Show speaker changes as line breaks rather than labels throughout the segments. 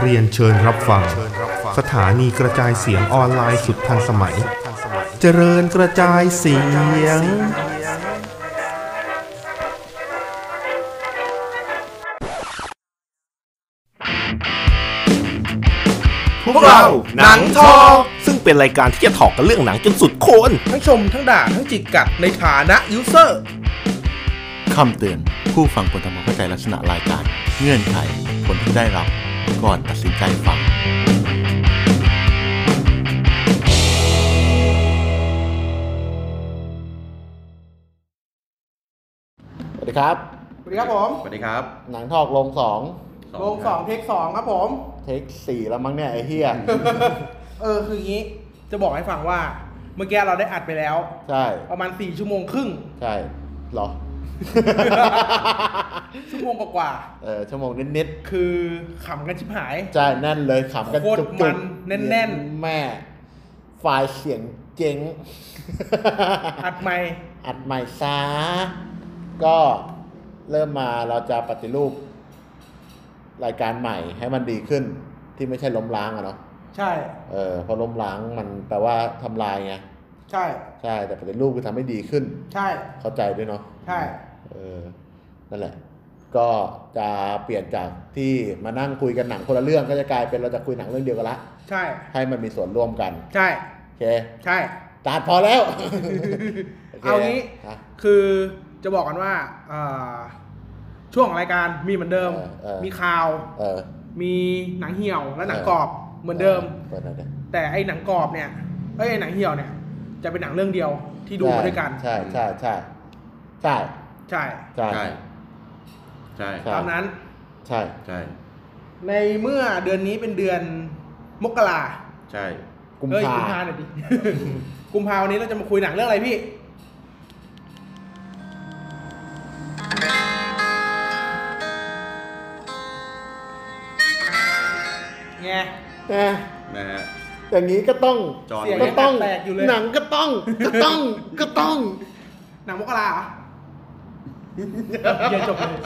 เรียนเชิญรับฟัง สถานีกระจายเสียงออนไลน์สุดทันสมัย เจริญกระจายเสียง พวกเราหนังทอ ซึ่งเป็นรายการที่จะถอกกันเรื่องหนังจนสุดโคน
ทั้งชมทั้งด่าทั้งจิกกัดในฐานะยูเซอร์
คำเตือน ผู้ฟังควรทำความเข้าใจลักษณะรายการ เงื่อนไขผลที่ได้รับ ก่อนตัดสินใจฟัง สวัสดีครับ
สวัสดีครับผม
สวัสดีครับ
หนังทอกลงสอง
โรงสองเทคสองครับผม
เทคสี่แล้วมั้งเนี่ยไอ้เฮีย
เออคืออย่างนี้ จะบอกให้ฟังว่า เมื่อกี้เราได้อัดไปแล้ว
ใช่
ประมาณ 4 ชั่วโมงครึ่ง
ใช่เหรอ
ชั่วโมงกว่า
เออชั่วโมงนิด
ๆคือขำกันชิบหาย
ๆใช่แน่นเลยขำกัน
โคตร
จุกๆ
มันแน่นๆ
แม่ ไฟล์เสียงเจ๋ง
อัดใหม่
อัดใหม่ซะก็เริ่มมาเราจะปฏิรูป รายการใหม่ให้มันดีขึ้นที่ไม่ใช่ล้มล้างอะเนาะ
ใช่
เออเพราะล้มล้างมันแปลว่าทำลายไง
ใช่
ใช่แต่ปฏิรูปคือทำให้ดีขึ้น
ใช่
เข้าใจด้วยเนาะ
ใช่
เออนั่นแหละ ก็จะเปลี่ยนจากที่มานั่งคุยกันหนังคนละเรื่องก็จะกลายเป็นเราจะคุยหนังเรื่องเดียวกันละ
ใช่
ให้มันมีส่วนร่วมกัน
ใช่
โอเค
ใช่
ตัดพอแล้ว โค
เอางี้
ฮะ
คือจะบอกกันว่าเอ่อช่วงของรายการมีเหมือนเดิม
เออเออ
มีข่าว
เออ
มีหนังเหี่ยวและหนัง
เออ
กรอบเหมือนเดิม
เปิดหน่อยดิ
แต่ไอ้หนังกรอบเนี่ย เอ้ยไอ้หนังเหี่ยวเนี่ย จะเป็นหนังเรื่องเดียวที่ดูมาด้วยกัน
ใช่ใช่ใช่ใช่
ใช่
ใช่
ใช่ ใช่
ใช่
ตามนั้น
ใช่
ใช่
ในเมื่อเดือนนี้เป็นเดือนมกรา
ใช่
กุม
เอ้ย
ภา
กุมภาหน่อยดิ กุมภาวันนี้เราจะมาคุยหนังเรื่องอะไรพี่ ไง
แน่
นะฮะ
อย่างนี้ก็ต้อง
จอห์น
ก็ต้อง
แตกอยู่เลย
หนังก็ต้อง ก็ต้องก็ต้อง
หนังมกราเหรอ เหี้ยจบเลย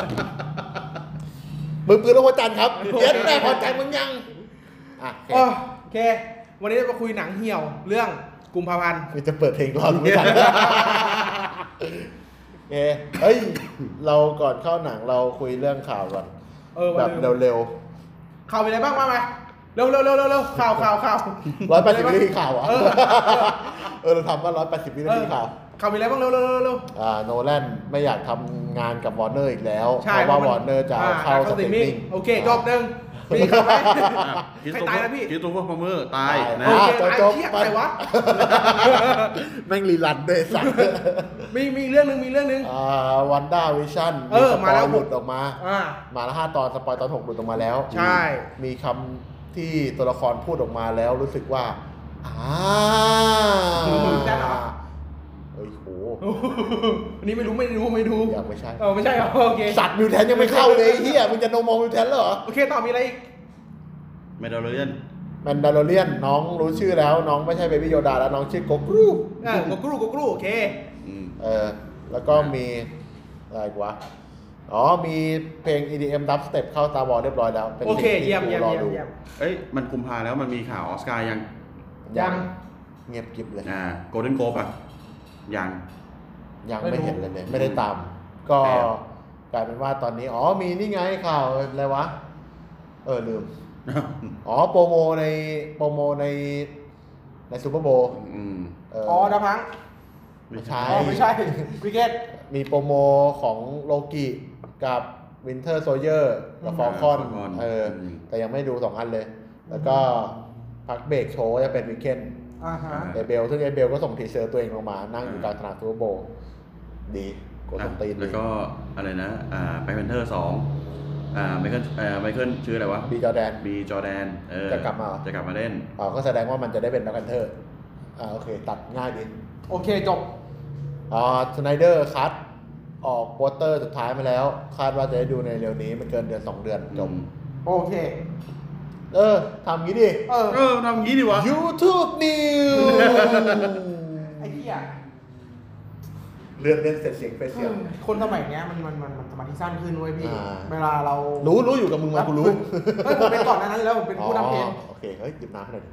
มือปืนแล้วหัวจันทร์ครับเย็นแต่พอใจมึงยังอ่ะโอ
โอเค วันนี้จะมาคุยหนังเหี่ยวเรื่องกุมภาพันธ์
เคจะเปิดเพลงรอรู้จันทร์โอเคเฮ้ยเราก่อนเข้าหนังเราคุยเรื่องข่าวก่อน
เออวั
แบ
น
บ
เร็ว
เร็ว
ข่าวเป็นอะไรบ้างมาไหมเร็วเร็วเร็วเร็วเร็วข่าวข่าวข่าว
ๆร้อยแปดสิบวินาทีข่าวอ่ะ
เออ
เออเราทำว่าร้อยแปดสิบวินาทีข่าว
ข่าวเป็นอะไรบ้างเร็วเร็วเร็วเร็ว
อ่าโนแลนไม่อยากทำงานกับวอร์เนอร์อีกแล้ว
ใช่
เพราะว่าวอร์เนอร์จะเอาเข้าสตรีมมิ่ง
โอเคจบหนึ่งมีข่าวไหมใครตายนะพี่
คิดตัวพวกพมเมอร์ตาย
ตาย
นะ
โอ
ฮะ
เค
จ
ไอ้
บจบ
เหี้ย
ไป
ใครวะ
แม่งรีรันด้วยสัตว์
มีมีเรื่องหนึ่งมีเรื่องหนึ่ง
อ่าวันด้าวิชั่น
เออมาแล้ว
หลุดออกมา
อ่า
มาแล้วห้าตอนสปอยตอนหกหลุดออกมาแล้ว
ใช่
มีคำที่ตัวละครพูดออกมาแล้วรู้สึกว่าอ่าเอ้ยโห
อันนี้ไม่รู้ไม่รู้ไม่รู้
อยากไม่ใช่
เออไม่ใช่เหรอโอเค
สัตว์มิวแทนยังไม่เข้าเลยไอ้เฮียมึงจะโนมองมิวแทนเหรอ
โอเคต่อมีอะไรอีก
เมดาเลเยน
แมนดาโลเรียนน้องรู้ชื่อแล้ว น้องไม่ใช่เบบี้โยดาแล้วน้องชื่อโกกรู
อ่ะกูกรูกูกรูโอเค
อืม
เออแล้วก็มีอะไรอีกวะอ๋อมีเพลง EDM ดับสเต็ปเข้าตาบอลเรียบร้อยแล้วป็น
โอเค
สิ่งที่
เยี่ยมเยี่ยม
รอ
เยี่ยม
ดู
เยี่ยม
เอ้ย มันกุมภาแล้วมันมีข่าวออสการ์ยัง
ยัง
เงียบกริบเลย
อ่าโกลเด้นโกลบอ่ะ ยัง
ยัง
ไม่
ไม่
รู้
เห็นเลยเนี่ยไม่ได้ตาม ก็ก
แต่
ลายเป็นว่าตอนนี้อ๋อมีนี่ไงข่าวอะไรวะ เออลืม อ๋อโปรโมในโปรโมในในซูเปอร์โบว์
อืม
เออ
อ๋
อ๋
อดาพัง
ไม่ใช่
ไอ้
อ๋อไม่ใช่วิกเก็ต
มีโปรโมของโลกิกับวินเทอร์โซเยอร์กับฟอลคอน
อ่า Falcon
เอออ
ม
แต่ยังไม่ดูสองอันเลย แล้วก็พักเบรกโชว์จะเป็นวิกเคน
อ่าฮะ
เอเบล ซึ่งเอเบลก็ส่งทีเซอร์ตัวเองลงมา นั่งอยู่กลางสนามซูเปอร์โบว์ดีกดสตีน
แล้วก็อะไรนะ อ่าแบ็คแพนเทอร์สองอ่าไมเคิลอ่าไมเคิลชื่ออะไรวะ
บีจอแดน
บีจอแดน เออ
จะกลับมาเหรอ
จะกลับมาเล่น
อ๋อก็แสดงว่ามันจะได้เป็นแบ็คแพนเทอร์อ่าโอเคตัดง่ายดี
โอเคจบ
อ่าสไนเดอร์คัตออกโปสเตอร์สุดท้ายมาแล้ว คาดว่าจะได้ดูในเร็วนี้ไม่เกินเดือนสองเดือนจบ
โอเค
เออทำงี้ดิ
เออ
เออทำอย่างงี้ดีวะ
YouTube News
ไอ้เหี้ย
เลือดเล่นเสร็จเสียงเฟซเสียง
คนสมัยเนี้ยมันมันมันมันสมาธิสั้นขึ้นเว้ยพี่
อ่า
เวลาเรา
รู้รู้อยู่กับมึงมากูรู้
เฮ้ยผมเป็นก่อนหนานั้นแล้วผมเป็นผู้นำเพลง
อ๋อโอเค เฮ้ย หยิบน้ำให้หน่อยดิ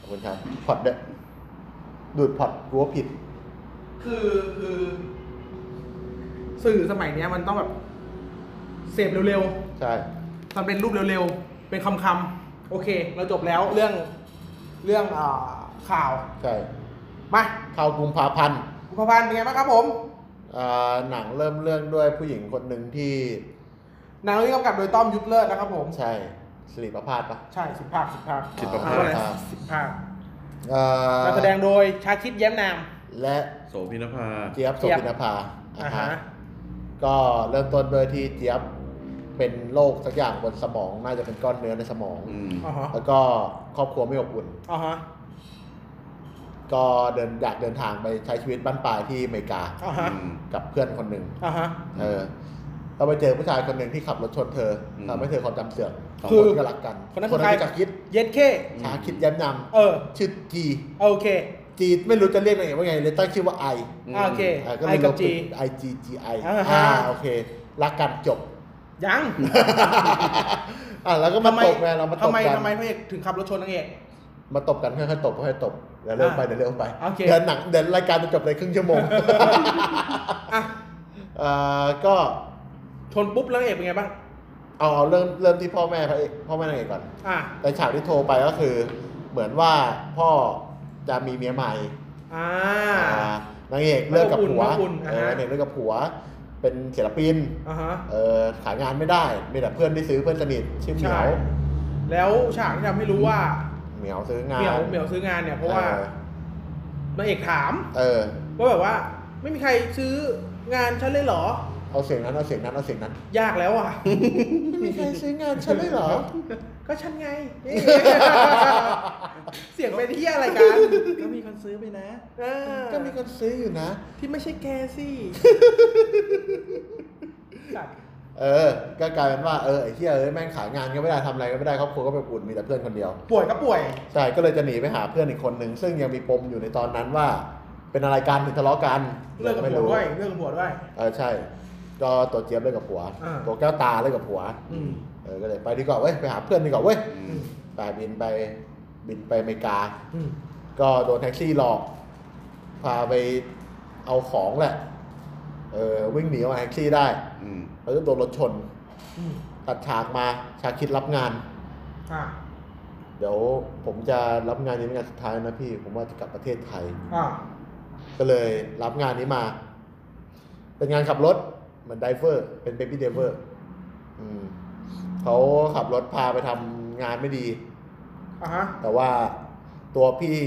ขอบคุณครับพอดเด้อดูดพอดรู้ว่าผิด
คือคือ สื่อสมัยเนี้ยมันต้องแบบ เสพเร็ว
ใช่
ๆทำเป็นรูปเร็วๆ เป็นคำคำๆโอเค เราจบแล้วเรื่องเรื่องอ่าข่าว
ใช่
มา
เข้ากุมภาพันธ์
คุณพพันธ์เป็นไงบ้างครับผม
อ่าหนังเริ่มเรื่องด้วยผู้หญิงคนหนึ่งที่
หนังเรื่องนี้กำกับโดยต้อมยุทธเลิศนะครับผม
ใช่สิริประพาสปะ
ใช่สิบภาคสิบภาค
สิบภาค
เออะไรสิบภาค
อ่า
การแสดงโดยชาคิดแย้มนาม
และ
โสพินภา
เจี๊ยบโสพินภา
อ่าฮะ
ก็เริ่มต้นด้วยที่เจี๊ยบเป็นโรคสักอย่างบนสมอง น่าจะเป็นก้อนเนื้อในสมอง
อืม
อ๋อฮะ
แล้วก็ครอบครัวไม่อบอุ่น
อ๋อฮะ
ก็เดินอยากเดินทางไปใช้ชีวิตบ้านปลายที่อเมริกา
อ๋อฮะ
อืม
กับเพื่อนคนหนึ่ง
อ๋อฮะ
เออเราไปเจอผู้ชายคนหนึ่งที่ขับรถชนเธออ
ม
ทำให้เธอความจำเสื่อม
คือ
สองนก็รักกัน
คนนั้น
ค
คื
น
อ
นั้น
ใคร
ชาคิด
เย็ดเข้
ชาคิดย้ำน
เออ
ำชื่อจี
โอเค
จีไม่รู้จะเรียกยังไงว่าไงเลยตั้งชื่อว่าไอ
อ่าโอเค
อ่าก็เล
ไอย
ล
กับบ จี
ไอจีจีไอ
อ่าฮะ
อ่าโอเค รักกันจ บ
ยัง
อ่ะแล้วก็มาตบไงเรามาต
ทำ
บ
ไม
กัน
ทำไมพระเอกถึงขับรถชนนางเอก
มาตบกันค่อยๆตบค่อยๆตบเดี๋ยวเร็วไป
อ่า
เดี๋ยวเร็วไป
โอเค
เดี๋ยวหนังเดี๋ยวรายการจะจบในครึ่งชั่วโม ง
อ่ะ
เอ่อก็
ชนปุ๊บแล้วนางเอกเป็นไงบ้าง
เอาเอาเริ่มเริ่มที่พ่อแม่พระเอกพ่อแม่นางเอกก่อน
อ่ะ
แต่ฉากที่โทรไปก็คือเหมือนว่าพ่อจะมีเมียใหม่
อ่า
อ่านางเอกเลิกกับผัว
อบอุ่นอบอุ่น
เออ
อ่าฮะ
นางเอกเลิกกับผัว เป็นศิลปิน
อ่ะฮะ
เออขายงานไม่ได้ มีแต่เพื่อนที่ซื้อเพื่อนสนิทชื่อเหมียว
ใช่ แล้วฉากที่ทำให้รู้ว่า
เหมียวซื้องาน
เหมียวเหมียวซื้องานเนี่ยเพราะว่า
ออน
างเอกถาม
เออ
ว่าแบบว่า ไม่มีใครซื้องานฉันเลยเหรอ
เอาเสียงนั้นเอาเสียงนั้นเอาเสียงนั้น
ยากแล้วอ่ะ
ไม่มีใครซื้องานฉันเลยเหรอ
ก็ฉันไง เสียงเป็นที่อะไรกัน
ก็มีคนซื้อไปนะ
เออ
ก็มีคนซื้ออยู่นะ
ที่ไม่ใช่แกสิสัตว์
เออ ก็กลายเป็นว่าเออไอ้เหี้ยเอ้ยแม่งขายงานก็ไม่ได้ทำอะไรก็ไม่ได้ครอบครัวก็ไปปุ่นมีแต่เพื่อนคนเดียว
ป่วยก็ป่วย
ใช่ก็เลยจะหนีไปหาเพื่อนอีกคนหนึ่งซึ่งยังมีปมอยู่ในตอนนั้นว่า เป็นอะไรกันถึงทะเลาะกัน
เลิกกับ
ไม่
ผัว
รู้
ด้วยเลิกกับผัวด้วย
เออใช่ก็ตัวเจี๊ยบเลิกกับผัว
อ่า
ตัวแก้วตาเลิกกับผัว
อืม
เออก็เลยไปดีกว่าเว้ยไปหาเพื่อนดีกว่าเว้ย
อืม
ไปบินไปบินไปอเมริกา
อืม
ก็โดนแท็กซี่หลอก พาไปเอาของแหละเออวิ่งหนีออกมาแท็กซี่ได้
อืม
แล้วก็โดนรถชน
อืม
ตัดฉากมาชาคิดรับงาน
อ่า
เดี๋ยวผมจะรับงานนี้เป็นงานสุดท้ายนะพี่ผมว่าจะกลับประเทศไทย
อ่า
ก็เลยรับงานนี้มา เป็นงานขับรถ เหมือนไดเวอร์ เป็นเบบี้เดเวอร์เขาขับรถพาไปทำงานไม่ดี
อ่าฮะ
แต่ว่าตัวพี่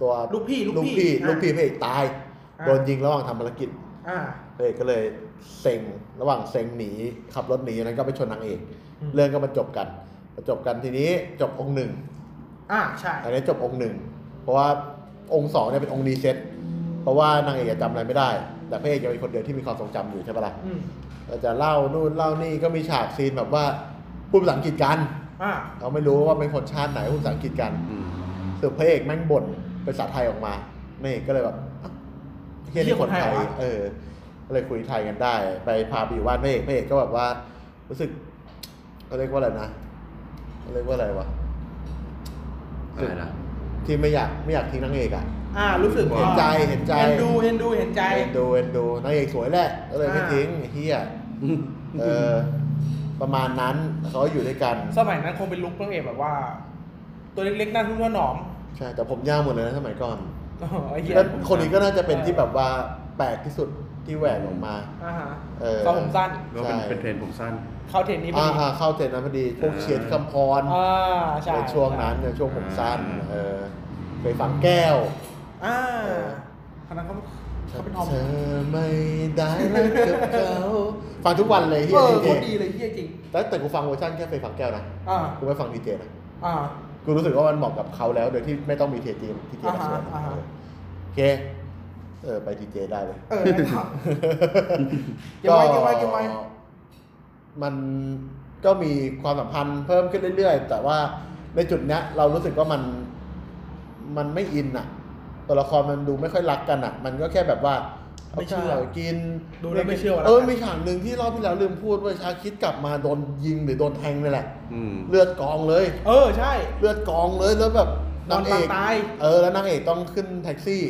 ตัว
ลูกพี่
ลู
ลู
ก
กพี่
พี่
อ่ะ
ลูกพี่พระเอกตาย
อ่ะ
โดนยิงระหว่างทำภารกิจ
อ่า
พระเอกก็เลยเซ็งระหว่างเซ็งหนี ขับรถหนีนั้นก็ไปชนนางเอก
อืม
เรื่องก็มาจบกันมาจบกันทีนี้จบองค์หนึ่ง
อ่าใช่
อันนี้จบองค์หนึ่ง เพราะว่าองค์สองเนี่ยเป็นองค์รีเซ็ตเพราะว่านางเอกอะจำอะไรไม่ได้ แต่พระเอกจะเป็นคนเดียวที่มีความทรงจำอยู่ใช่ปะล่ะ
อืม
เราจะเล่านู่นเล่านี่ก็มีฉากซีนแบบว่าพูดภาษาอังกฤษกัน
อ่า
เราไม่รู้ว่าเป็นคนชาติไหนพูดภาษาอังกฤษกัน
อืม
สุดพระเอกแม่งบ่นเป็นภาษาไทยออกมานี่ก็เลยแบบอ้าวเฮียนี่คนไทยเออก็เลยคุยไทยกันได้ ไปพาไปอยู่บ้านพระเอกพระเอกก็แบบว่า รู้สึกเขาเรียกว่าอะไรนะเขาเรียกว่าอะไรวะ
อะไรนะ
ที่ไม่อยากไม่อยากทิ้งนางเอกอ่ะ
อ่า รู้สึก
เห็นใจเห็นใจ
เห็นดูเห็นดูเห็นใจ
เอ็นดูเอ็นดูนางเอกสวยแหละก็เลยไม่
อ่า
ทิ้งไอ้เฮียเออ ประมาณนั้นเขาอยู่ด้วยกัน
สมัยนั้นคงเป็นลุคตัวเอกแบบว่า ตัวเล็กๆหน้าทุ่งหน้าหนอม
ใช่ แต่ผมยาวหมดเลยนะสมัยก่อน
อ๋อไอ้เหี้ย
แล้วคนนี้ก็น่าจะเป็นที่แบบว่าแปลกที่สุดที่แหวกออกมา
อ่าฮะ
เออ
เขาผมสั้น
ก็เป็น
ใช่
เป็นเทรนด์ผมสั้น
เข้าเทรนนี้พอ
อ่า
ดี
อ่าเข้าเจนนั้นพอดีพวก
อ่า
เชียร์คำพร
อ่าใช่
ในช่วงนั้นในช่วงผมสั้น เออไปฟังแก้ว
อ่า
เออ
คณะเขาเขาเป็นออม
เธอไม่ได้รักกับเขาฟังทุกวันเลยเฮีย
เออ
ดี
โคตร
เจ
ดีเลยเฮียจริง
แต่แต่กูฟังเวอร์ชันแค่ไปฟังแก้วนะ
อ่า
กูไม่ฟังดีเจนะ
อ่า
กูรู้สึกว่ามันเหมาะกับเขาแล้วโดยที่ไม่ต้องมีเทจีมทีเจมา
อ่า
สว
ฮะ
ย
อ่าฮะ
โอเค เออ ไปทีเจได้เลย
เออได้ครับ เก็บไว้เก็บไว้เก็บไว้
มันก็มีความสัมพันธ์เพิ่มขึ้นเรื่อยๆ แต่ว่าในจุดเนี้ย เรารู้สึกว่ามันมันไม่อินอ่ะ ตัวละครมันดูไม่ค่อยรักกันอ่ะ มันก็แค่แบบว่า เอาข้าวกิน
ดูแล้วไม่เชื่อว่ารัก
เออ
กัน
มีฉากหนึ่งที่รอบที่แล้วลืมพูดเว้ยชาคิดกลับมาโดนยิงหรือโดนแทงนี่แหละ
อืม
เลือดกองเลย
เออใช่
เลือดกองเลยแล้วแบบ
นอน
า
น
งเอก
ตาย
เออแล้วนางเอกต้องขึ้นแท็กซี่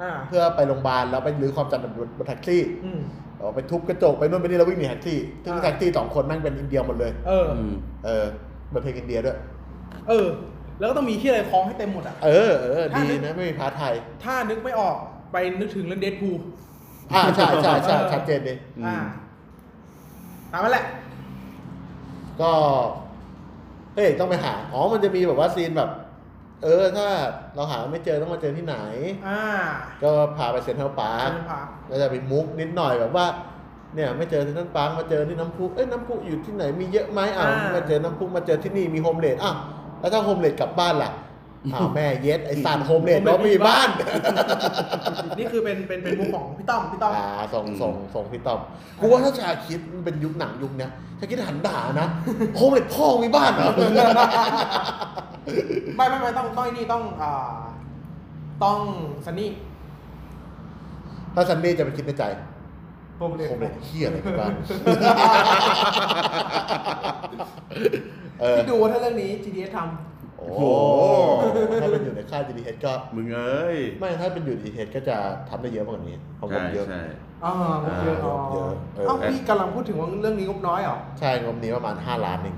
อ่า
เพื่อไปโรงพยาบาลแล้วไปรื้อความจำบนบนแท็กซี่
อืม
เอาไปทุบกระจกไปนู่นไปนี่แล้ววิ่งหนีแท็กซี่ซึ่ง
อ่า
แท็กซี่สองคนแม่งเป็นอินเดียหมดเลย
เออ
อืม
เออเป็นเพลงอินเดียด้วย
เออ แล้วก็ต้องมีที่อะไรคล้องให้เต็มหมดอ่ะ
เออเออ
ถ้า
ดี
นึก
นะไม่มีพาร์ทไทย
ถ้านึกไม่ออกไปนึกถึงเรื่องเดดพูล
อ่าใช่ใช่ใช่
เออ
ชัดเจนดี
อืม
อ่าตามนั้นแหละ
ก็เฮ้ยต้องไปหา อ๋อมันจะมีแบบว่าซีนแบบ เออถ้าเราหาไม่เจอต้องมาเจอที่ไหน
อ่า
ก็พาไปเซ็นทรัลพาร์ค
เดินผ่าน
ก็จะมีมุกนิดหน่อยแบบว่า เนี่ยไม่เจอที่นั่นปังมาเจอที่น้ำพุเอ้ยน้ำพุอยู่ที่ไหนมีเยอะไหมอ้าวมาเจอน้ำพุมาเจอที่นี่มีโฮมเลดอ้าวแล้วถ้าโฮมเลดกลับบ้าน ล่ะอ้าวแม่เย็ดไอ้สารโฮมเลดเราไม่มีบ้ าน
นี่คือเป็นเป็นเป็นมุกของพี่ต้อมพี่ต้อม
อ่าส่งส่งส่งพี่ต้อมกูว่าถ้าชาคิดมันเป็นยุคหนังยุคเนี้ยชาคิดหันด่านะ โฮมเลดพ่อมีบ้านเหรอ
ไม่ไม่ไม่ต้องต้องไอ้นี่ต้องอ่าต้องซันนี่
ถ้าซันนี่จะไปคิดในใจ
ผมเลย
โฮมเลดเฮียอะไรมี บ้านเออ
ที่ดูว่าถ้าเรื่องนี้ GDS ท
โอ้
โห
ถ้าเป็นอยู่ในค่าย GDH ก็
มึงเอ้ย
ไม่ถ้าเป็นอยู่ GDH ก็จะทำได้เยอะกว่านี้เพราะง
ใช่
บเยอะ
ใช่
ำอ่าผมเยอะ
อ่า
อ๋อ
เยอะเออ
เอ้าพี่กำลังพูดถึงว่าเรื่องนี้งบน้อยเหรอ
ใช่งบนี้ประมาณ 5 ล้านเอง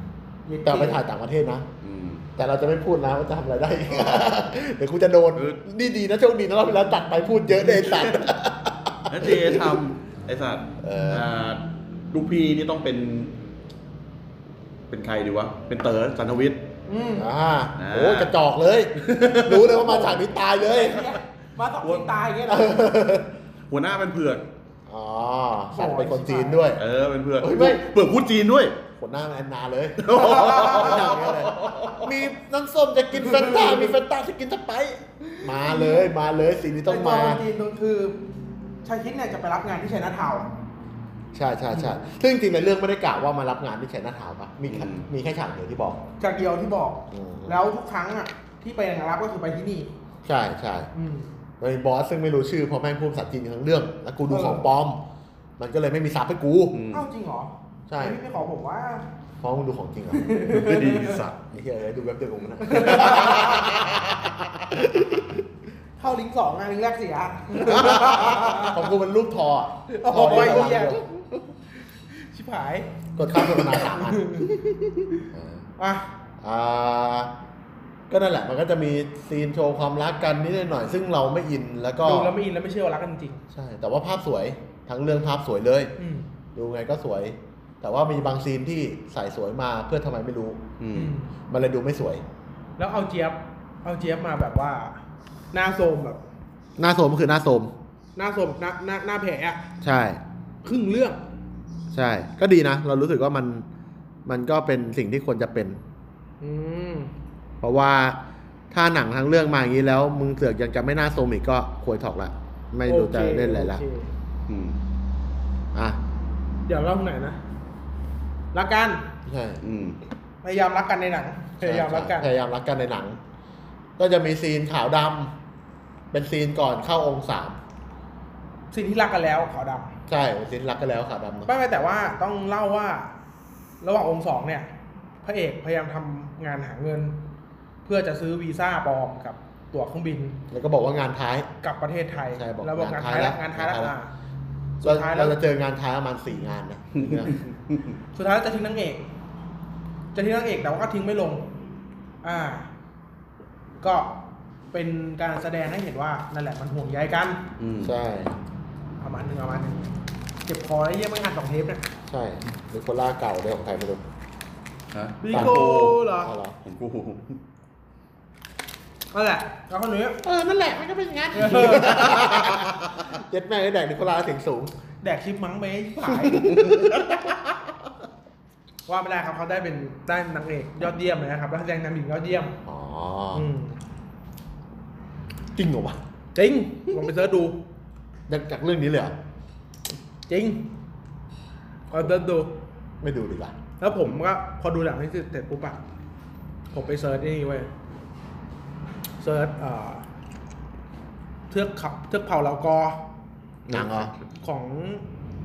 เยอะจริง
แต่ไปถ่ายต่างประเทศนะ
อืม
แต่เราจะไม่พูดนะว่าจะทำอะไรได้ เดี๋ยวกูจะโดน
เออ
นี่ดีนะโชคดีนะเราเวลาตัดไปพูดเย อะเลยไอ้สัตว์
แล้วเจทำไอ้สัตว์
เอออ่
าลูกพี่นี่ต้องเป็น เป็นใครดีวะ เป็นเต๋อสันทวิทย์
อืม
อ่า
อ่า
โอ้ยกระจอกเลย รู้เลยว่ามาจากนี้ตายเลย
มาสองทีตายอย่างเงี้ยนะ
หัวหน้าเป็นเผือก
อ๋อสัตว์เป็นคนจีนด้วย
เออ เป็นเผือก
เฮ้ยไม่
เผือกพูดจีนด้วย
คนหน้าแอนนา เลยไม่น่าเงี้ยเลย มีน้ำส้มจะกินแฟนตา มีแฟนตาจะกินสไปซ์มาเลยมาเลยสิ่งนี้ต้องมา
ไตัวจีนตรงคือชายคิดเนี่ยจะไปรับงานที่ไชน่าทาวน์
ใช่ใช่ใช่ซึ่งจริงๆในเรื่องไม่ได้กล่าวว่ามารับงานที่ชัยนาทาวน์ปะมีแค่
อืม
มีแค่ฉากเดียวที่บอก
จากเดียวที่บอก
อืม
แล้วทุกครั้งอ่ะ ที่ไปรับก็คือไปที่นี่
ใช่ใช่
อืม
โดยบอสซึ่งไม่รู้ชื่อเพราะแม่งพูดภาษาจีนทั้งเรื่อง แล้วกูดู
เออ
ของปลอม มันก็เลยไม่มีซับให้กู
อืม
เอ้าจริงเหรอ
ใช่
ไอ้นี่ไม่ขอผมว่า
เพราะมึงดูของจริงเหรอ
ดีสัตว์
ไอ้เหี้ยเอ้ยดูเว็บเดียวกับมึงนะ
เข้าลิงก์สองงานลิงก์แรกเสีย
ของกูมันรูปทออะท
โอ้
อย เดียว
เหี้ย
กัน
ชิบหาย
กดข้ามโฆษณาสามอัน
อ่ะ
อ่าก็นั่นแหละมันก็จะมีซีนโชว์ความรักกันนิดหน่อยซึ่งเราไม่อินแล้วก็
ดูแล้วไม่อินแล้วไม่เชื่อว่ารักกันจริง
ใช่ แต่ว่าภาพสวยทั้งเรื่องภาพสวยเลย
อืม
ดูไงก็สวย แต่ว่ามีบางซีนที่ใส่สวยมาเพื่อทำไมไม่รู้
อืม
อืม
มันเลยดูไม่สวย
แล้วเอาเจี๊ยบ เอาเจี๊ยบมาแบบว่า หน้าโซมแบบ
หน้าโสมก็คือหน้าโสม
หน้าโซมแบบหน้าหน้าหน้าแผลอะ
ใช่
ครึ่งเรื่อง
ใช่ ก็ดีนะ เรารู้สึกว่ามันมันก็เป็นสิ่งที่ควรจะเป็น
อืม
เพราะว่าถ้าหนังทั้งเรื่องมาอย่างนี้แล้ว มึงเสือกยังจะไม่หน้าโสมอีกก็ควรถอกละไม่รู้จะเล่นอะไรละ
โอเคโอเค
อืม
อ่ะ
เดี๋ยวเล่าตรงไหนนะ รักกัน
ใช่
อืม
พยายามรักกันในหนัง พยายามรักกัน
พยายามรักกันในหนัง ก็จะมีซีนขาวดำเป็นซีนก่อนเข้าองค์สาม
สิ่งที่รักกันแล้วขาวด
ใช่เป็นซีนรักกันแล้วขาวดำ
ำ
เนอะ
ไม่ไม่แต่ว่าต้องเล่าว่า ระหว่างองค์สองเนี่ย พระเอกพยายามทำงานหาเงิน เพื่อจะซื้อวีซ่าปลอมกับตั๋วเครื่องบิน
แล้วก็บอกว่างานท้าย
กลับประเทศไทย
ใช่บอก
แล้วบอกงานท้ายแล้วงานท้ายแล้ว
งานท้ายแล้ว
อ่า สุ
เรา
ดท้ายแล้ว
เราจะเจองานท้ายประมาณสี่งาน นะ
สุดท้ายแล้วจะทิ้งนางเอก จะทิ้งนางเอกแต่ว่าก็ทิ้งไม่ลง อ่า ก็เป็นการแสดงให้เห็นว่านั่นแหละมันห่วงใยกัน
อืม
ใช่
ประมาณหนึ่งประมาณหนึ่งเจ็บคอแล้วเยี่ยมไม่งานสองเทปเนี่ย
ใช่หรือโคล่าเก่าด้วยของไทยไม่รู้
ฮะ
วิโกเหรอ
เอาเหรอ
ของกู
นั่นแหละ แล้วคนนี้
เออนั่นแหละมันก็เป็นอย่างนั้นเย็ดแม่งไอ้แดกนิโคล่าเสียงสูง
แดกชิปมั้งไปให้ผาย ว่าไม่ได้ครับเขาได้เป็นได้นางเอกยอดเยี่ยมเลยนะครับแล้วแสดงนำหญิงยอดเยี่ยม
อ๋อ
อืม
จริงเหรอวะ
จริงลองไปเสิร์ชดู
จากจากเรื่องนี้เลยเหรอ
จริงลองเสิร์ชดู
ไม่ดูดีกว่า
แล้วผมก็พอดูหลังนี้เสร็จปุ๊บอะผมไปเซิร์ชไอ้นี่เว้ยเซิร์ชเอ่อเทือกเขาเทือกเผ่าเหล่ากอ
หนังเหรอ
ของ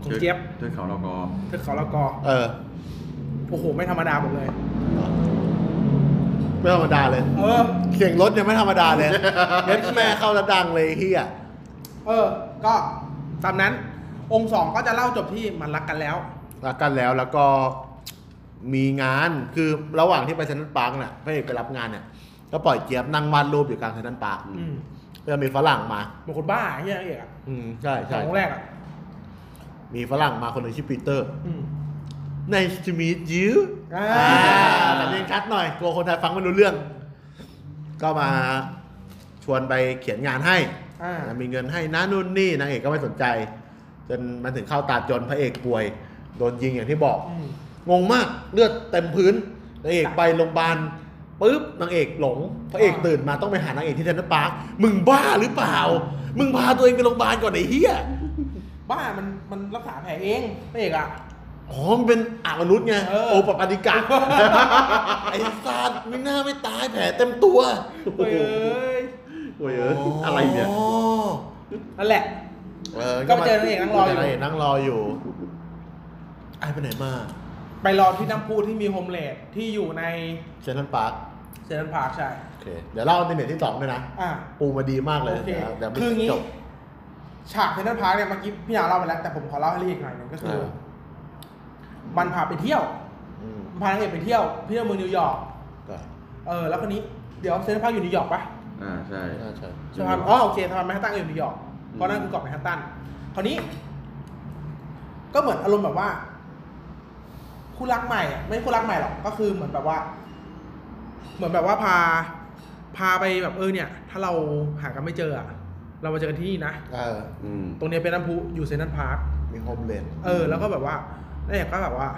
ของเจี๊ยบ
เทือกเขาลอกอ
เทือกเขาละกอ
เออ
โอ้โห ไม่ธรรมดาผมเลย
ไม่ธรรมดาเลย
เออ
เสียงรถยังไม่ธรรมดาเลย เย็ดแม่เข้าระดังเลยเฮีย
เออ ก็ตามนั้น องค์สองก็จะเล่าจบที่มันรักกันแล้ว
รักกันแล้วแล้วก็มีงานคือระหว่างที่ไปเซนต์ปาร์กน่ะพระเอกไปรับงานเนี่ยก็ปล่อยเจี๊ยบนั่งวาดรูปอยู่กลางเซนต์ปาร์ก
อืม
ก็จะมีฝรั่งมา
บางคนบ้าไอ้เฮียนางเอกอะ
อืมใช่
สอ
ใช่
งองค์แรกอะ
มีฝรั่งมาคนหนึ่งชื่อปีเตอร์
อืม
Nice to meet you
อ่า
อ่าสำเนียงชัดหน่อยกลัวคนไทยฟังไม่รู้เรื่อง ก็มาชวนไปเขียนงานให้
อ่า
มีเงินให้นะนู่นนี่นางเอกก็ไม่สนใจ จนมันถึงเข้าตาจนพระเอกป่วย โดนยิงอย่างที่บอก
อืม
งงมากเลือดเต็มพื้นนางเอกไปโรงพยาบาลปุ๊บนางเอกหลง พระเอก
อ่า
ตื่นมาต้องไปหานางเอกที่เซนทรัลปาร์คมึงบ้าหรือเปล่า มึงพาตัวเองไปโรงพยาบาลก่อนไอ้เหี้ย
บ้ามันมันรักษาแผลเองพระเอกอะ
อ๋อมันเป็นอามนุษย์ไง
เออ
โอปปาติ กะไอ้ซาดไม่น่าไม่ตายแผลเต็มตัว
เฮ้ยเอ้ย
โอ้ยเอ้ยอะไรเนี่ย
อ๋อ
นั่นแหละ
เอ
ก็ไปเจอนางเอกนั่งรออยู่
เจนางเอกนั่งรออยู่ไอ้ไปไหนมา
ไปรอที่น้ำพุที่มีโฮมเลดที่อยู่ใน
เซนทรัลปาร์ค
เซนทรัลพาร์คใช่
โอเค เดี๋ยวเล่าอันติเมทที่สองด้วยนะ
อ่า
ปูมาดีมากเลย
โอเค
เดี๋ยวเดี๋ยวไม่
คืองี้
จบ
ฉากเซนทรัลพาร์คเนี่ยเมื่อกี้พี่ยาเล่าไปแล้ว แต่ผมขอเล่าให้ละเอียดหน่อยหนึงก็คือ
เออ
มันพาไปเที่ยว
อืม
พานางเอกไปเที่ยวเที่ยวเมืองนิวยอร์ก
ก็
เออแล้วคนนี้เดี๋ยวเซนทรัลพาร์คอยู่นิวยอร์กปะ
อ่าใช่
น่าใช่
สะพานอ๋อโอเคสะพานแมนฮัตตันก็อยู่นิวยอร์กเพราะนั่น
อืม
คือเกาะแมนฮัตตันคราวนี้ ก็เหมือนอารมณ์แบบว่า คู่รักใหม่อะไม่ใช่คู่รักใหม่หรอกก็คือเหมือนแบบว่า เหมือนแบบว่าพา พาไปแบบเออเนี่ย ถ้าเราหากันไม่เจออะเรามาเจอกันที่นี่นะ
เออ
อืม
ตรงเนี้ยเป็นน้ำพุอยู่เซนต์พาร์ค
มีโฮมเลน
เออ แล้วก็แบบว่าแล้วเนี่ยก็แบบว่า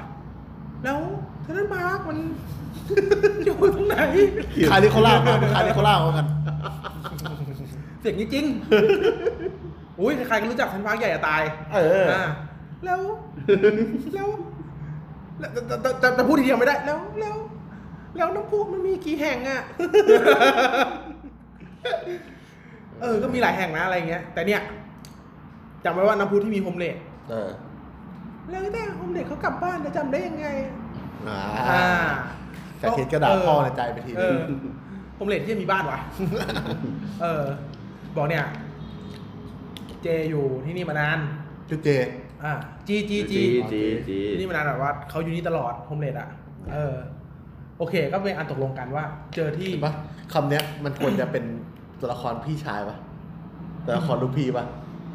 แล้วเซนต์พาร์คมัน อยู่ตรงไหน
คาริโคล่าคาริโคล่าเหมือนกัน
เสียงนี้จริง อุ้ยใครๆก็รู้จักทันพักใหญ่อะตาย
เออ
อ่าแล้วแล้วแล้วจะจะจะจะพูดทีเดียวไม่ได้ แล้วแล้วแล้วน้ำพุมันมีกี่แห่ง อะ เออ ก็มีหลายแห่งนะอะไรเงี้ย แต่เนี่ยจำไว้ว่าน้ำพุที่มีโฮมเลด
เออ
แล้วแต่โฮมเลดเขากลับบ้านจะจำได้ยังไง
อ่า
อ่า
แต่คิดกระดาษพ่อในใจไปที
เอ
นึง
อโฮมเลดที่มีบ้าน วะ เออ บอกเนี่ย เจอยู่ที่นี่มานาน
จุดเจ
อ่าจีจีจี
จี จี
นี่มานานแบบว่าเขาอยู่นี่ตลอดโฮมเลดอ่ะ เออ โอเค ก็เป็นอันตกลงกันว่า เจอที่
เห็นปะคำเนี้ยมันควรจะเป็น ตัวละครพี่ชายปะตัวละครลูกพี่ปะ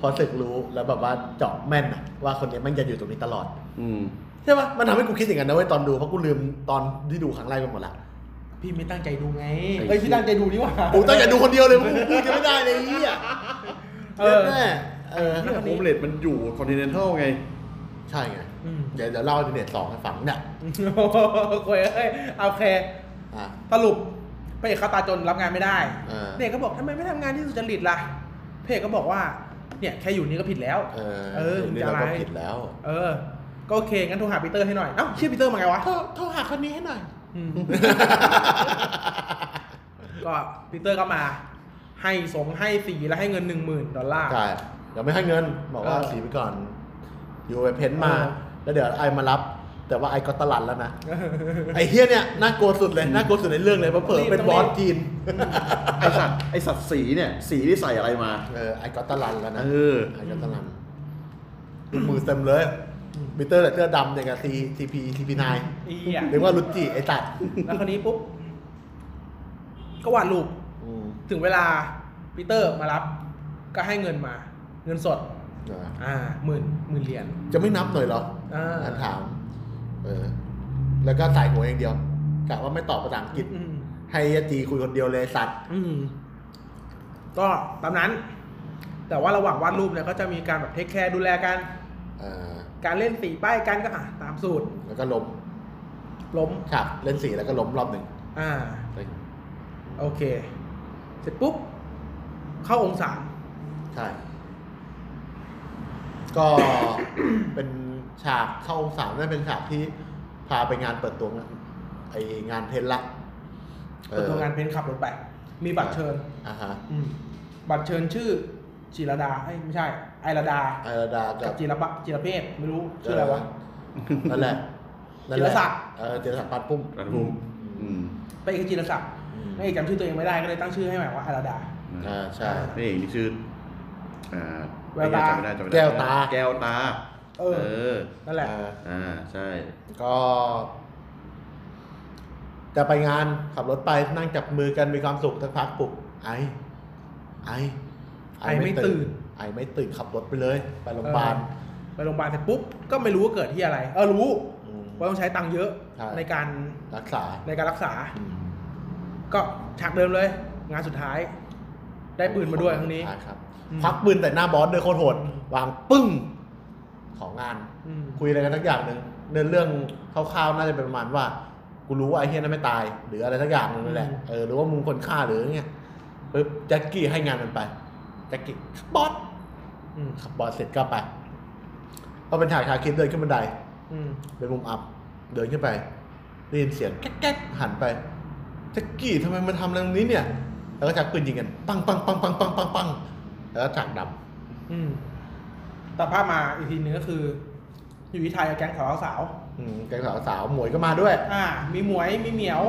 พอศึกรู้แล้วแบบว่าเจาะแม่นอะว่าคนเนี้ยแมันจะอยู่ตรงนี้ตลอด
อืม
ใช่ปะมันทำให้กูคิดอย่างนั้นนะเว้ยตอนดูเพราะกูลืมตอนที่ดูครั้งแรกไปหมดละ
พี่ไม่ตั้งใจดูไง
ไอ้
เอ้ยพี่ตั้งใจดูนี่หว่า
กูตั้งใจดูคนเดียวเลยกูกูจะไม่ได้เลยไอ้เฮีย
เอ
เล่
อ
นแน่เออ
แล้วโฮมเลดมันอยู่คอนติเนนทัลไง
ใช่ไง
อืม
เดี๋ยวเดี๋ยวเล่าในเน็ตสองให้ฟังเนี่ย
โอ้โหโอ้ยเอาโอเค
อ่ะ
สรุปพระเอกเขาตาจนรับงานไม่ได้
เออ
เด็กก็บอกทำไมไม่ทำงานที่สุจริตล่ะพระเอกก็บอกว่า เนี่ยแค่อยู่นี่ก็ผิดแล้ว
เออ
เออ
นี่
จะ
เรา
อะไร
ก็ผิดแล้ว
เออ ก็โอเค งั้นโทรหาปีเตอร์ให้หน่อย เอ้าชื่อปีเตอร์มาไงวะ
โทรโทรหาคนนี้ให้หน่อย
อืม ก็ปีเตอร์ก็มา ให้สงให้สีและให้เงินหนึ่งหมื่นดอลลาร์
ใช่เดี๋ยวไม่ให้เงิน บอกว่า
เออ
สีไปก่อน อยู่ไปเพ้นท์มา
เออ
แล้วเดี๋ยวไอมารับ แต่ว่าไอก็ตลัดแล้วนะ ไอเฮียเนี่ยน่ากลัวสุดเลย น่ากลัวสุดในเรื่องเลยเพราะเปิดเป็นบอสจีน
ไอสัตว์ ไอสัตว์สีเนี่ย สีที่ใส่อะไรมา
เออไอก็ตลันแล้วนะ
เออ
ไอก็ตลันมือเต็มเลยมิเตอร์แต่เสื้อดำเนี่ยกับซีซีพีซีพีนาย
อีอ่ะ
เรียกว่ารุจิไอตัด
แล้วคนนี้ปุ๊บ ก็วาดรูป
อืม
ถึงเวลาปีเตอร์มารับ ก็ให้เงินมา เงินสด
เออ
อ่าหมื่นหมื่นเหรียญ
จะไม่นับหน่อยเหรอ
เอออั
นถาม เออ แล้วก็ใส่หัวอย่างเดียวกะว่าไม่ตอบภาษาอังกฤษ
อืม
ให้ยาจีคุยคนเดียวเลยสัตว์
อืม ก็ตามนั้น แต่ว่าระหว่างวาดรูปเนี่ยก็จะมีการแบบเทคแคร์ดูแลกัน
เออ
การเล่นสีป้ายกันก็อ่ะตามสูตร
แล้วก็ล้ม
ล้ม
ฉากเล่นสีแล้วก็ล้มรอบหนึ่ง
อ่า โอเค เสร็จปุ๊บ เข้าองค์สาม
ใช่ ก็ เป็นฉากเข้าองศานั่นเป็นฉากที่พาไปงานเปิดตัวงานไองานเพนท์ละ
เปิดตัวงานเพนท์ขับรถไป มีบัตรเชิญ
อ่าฮะ
อืม บัตรเชิญชื่อ จิรดาเอ้ยไม่ใช่ ไอรดา
ไอราดา
กั
กั
บบ จิรปะจิรเพศไม่รู้ชื่ออะไรวะ
นั่นแหละนั่นแห
จิ
ละ
รศักดิ์
เออจิรศักดิ์ปันปุ้ม
รัฐภูมิอืม
ไปเอกจิรศักดิ์นางเอกจำชื่อตัวเองไม่ได้ก็เลยตั้งชื่อให้ใหม่ว่าไอรดา
อ่าใช่
นี่เอกนี่ชื่ออ่า
แววตา
จำไม่ได้จำไม่ได้
แก้วตา
แก้วตา
เออ
อ
นั่นแหละ
อ่า
อ่าใช่
ก็จะไปงานขับรถไปนั่งจับมือกันมีความสุขสักพักปลุกไอ ไอ
ไอไม่ตื่น
ไอไม่ตื่นขับรถไปเลย ไปโรงพยาบาล
ไปโรงพยาบาลเสร็จปุ๊บก็ไม่รู้ว่าเกิดที่อะไร เออรู้
อืม
ว่าต้องใช้ตังค์เยอะ
ใช่
ในการ
รักษา
ในการรักษา
อืม
ก็ฉากเดิมเลย งานสุดท้าย ได้ปืนมาด้วยครั้งนี้
ใช่ครับ
อืม
ควักปืนแต่หน้าบอสเดินโคตรโหดวางปึ้ง ของงาน
อืม
คุยอะไรกันสักอย่างหนึ่งเนื้อเรื่องคร่าวๆน่าจะเป็นประมาณว่า กูรู้ว่าไอ้เฮียนั้นไม่ตาย หรืออะไรสักอย่างหนึงนั่นแหละเออหรือว่ามึงคนฆ่าหรือไงปึ๊บแจ็คกี้ให้งานมันไปแจ็คกี้บอส
อืม
ขับบอลเสร็จก็ไปพอเป็นฉากชาคิดเดินขึ้นบันได
อืม
เป็นมุมอับ เดินขึ้นไปได้ยินเสียงแก๊กๆหันไปแจ็กกี้ทำไมมันทำอะไรตรงนี้เนี่ย แล้วก็ชักปืนยิงกัน ปังปังปังปังปังปังปังแล้วก็ฉากด
อืมแต่ภาพมาอีกทีหนึงก็คือ อยู่ที่ไทยกับแก๊งสาวสาว
ำอืมแก๊งสาวสาวๆหมวยก็มาด้วย
ๆอ่า มีหมวยมีเหมียว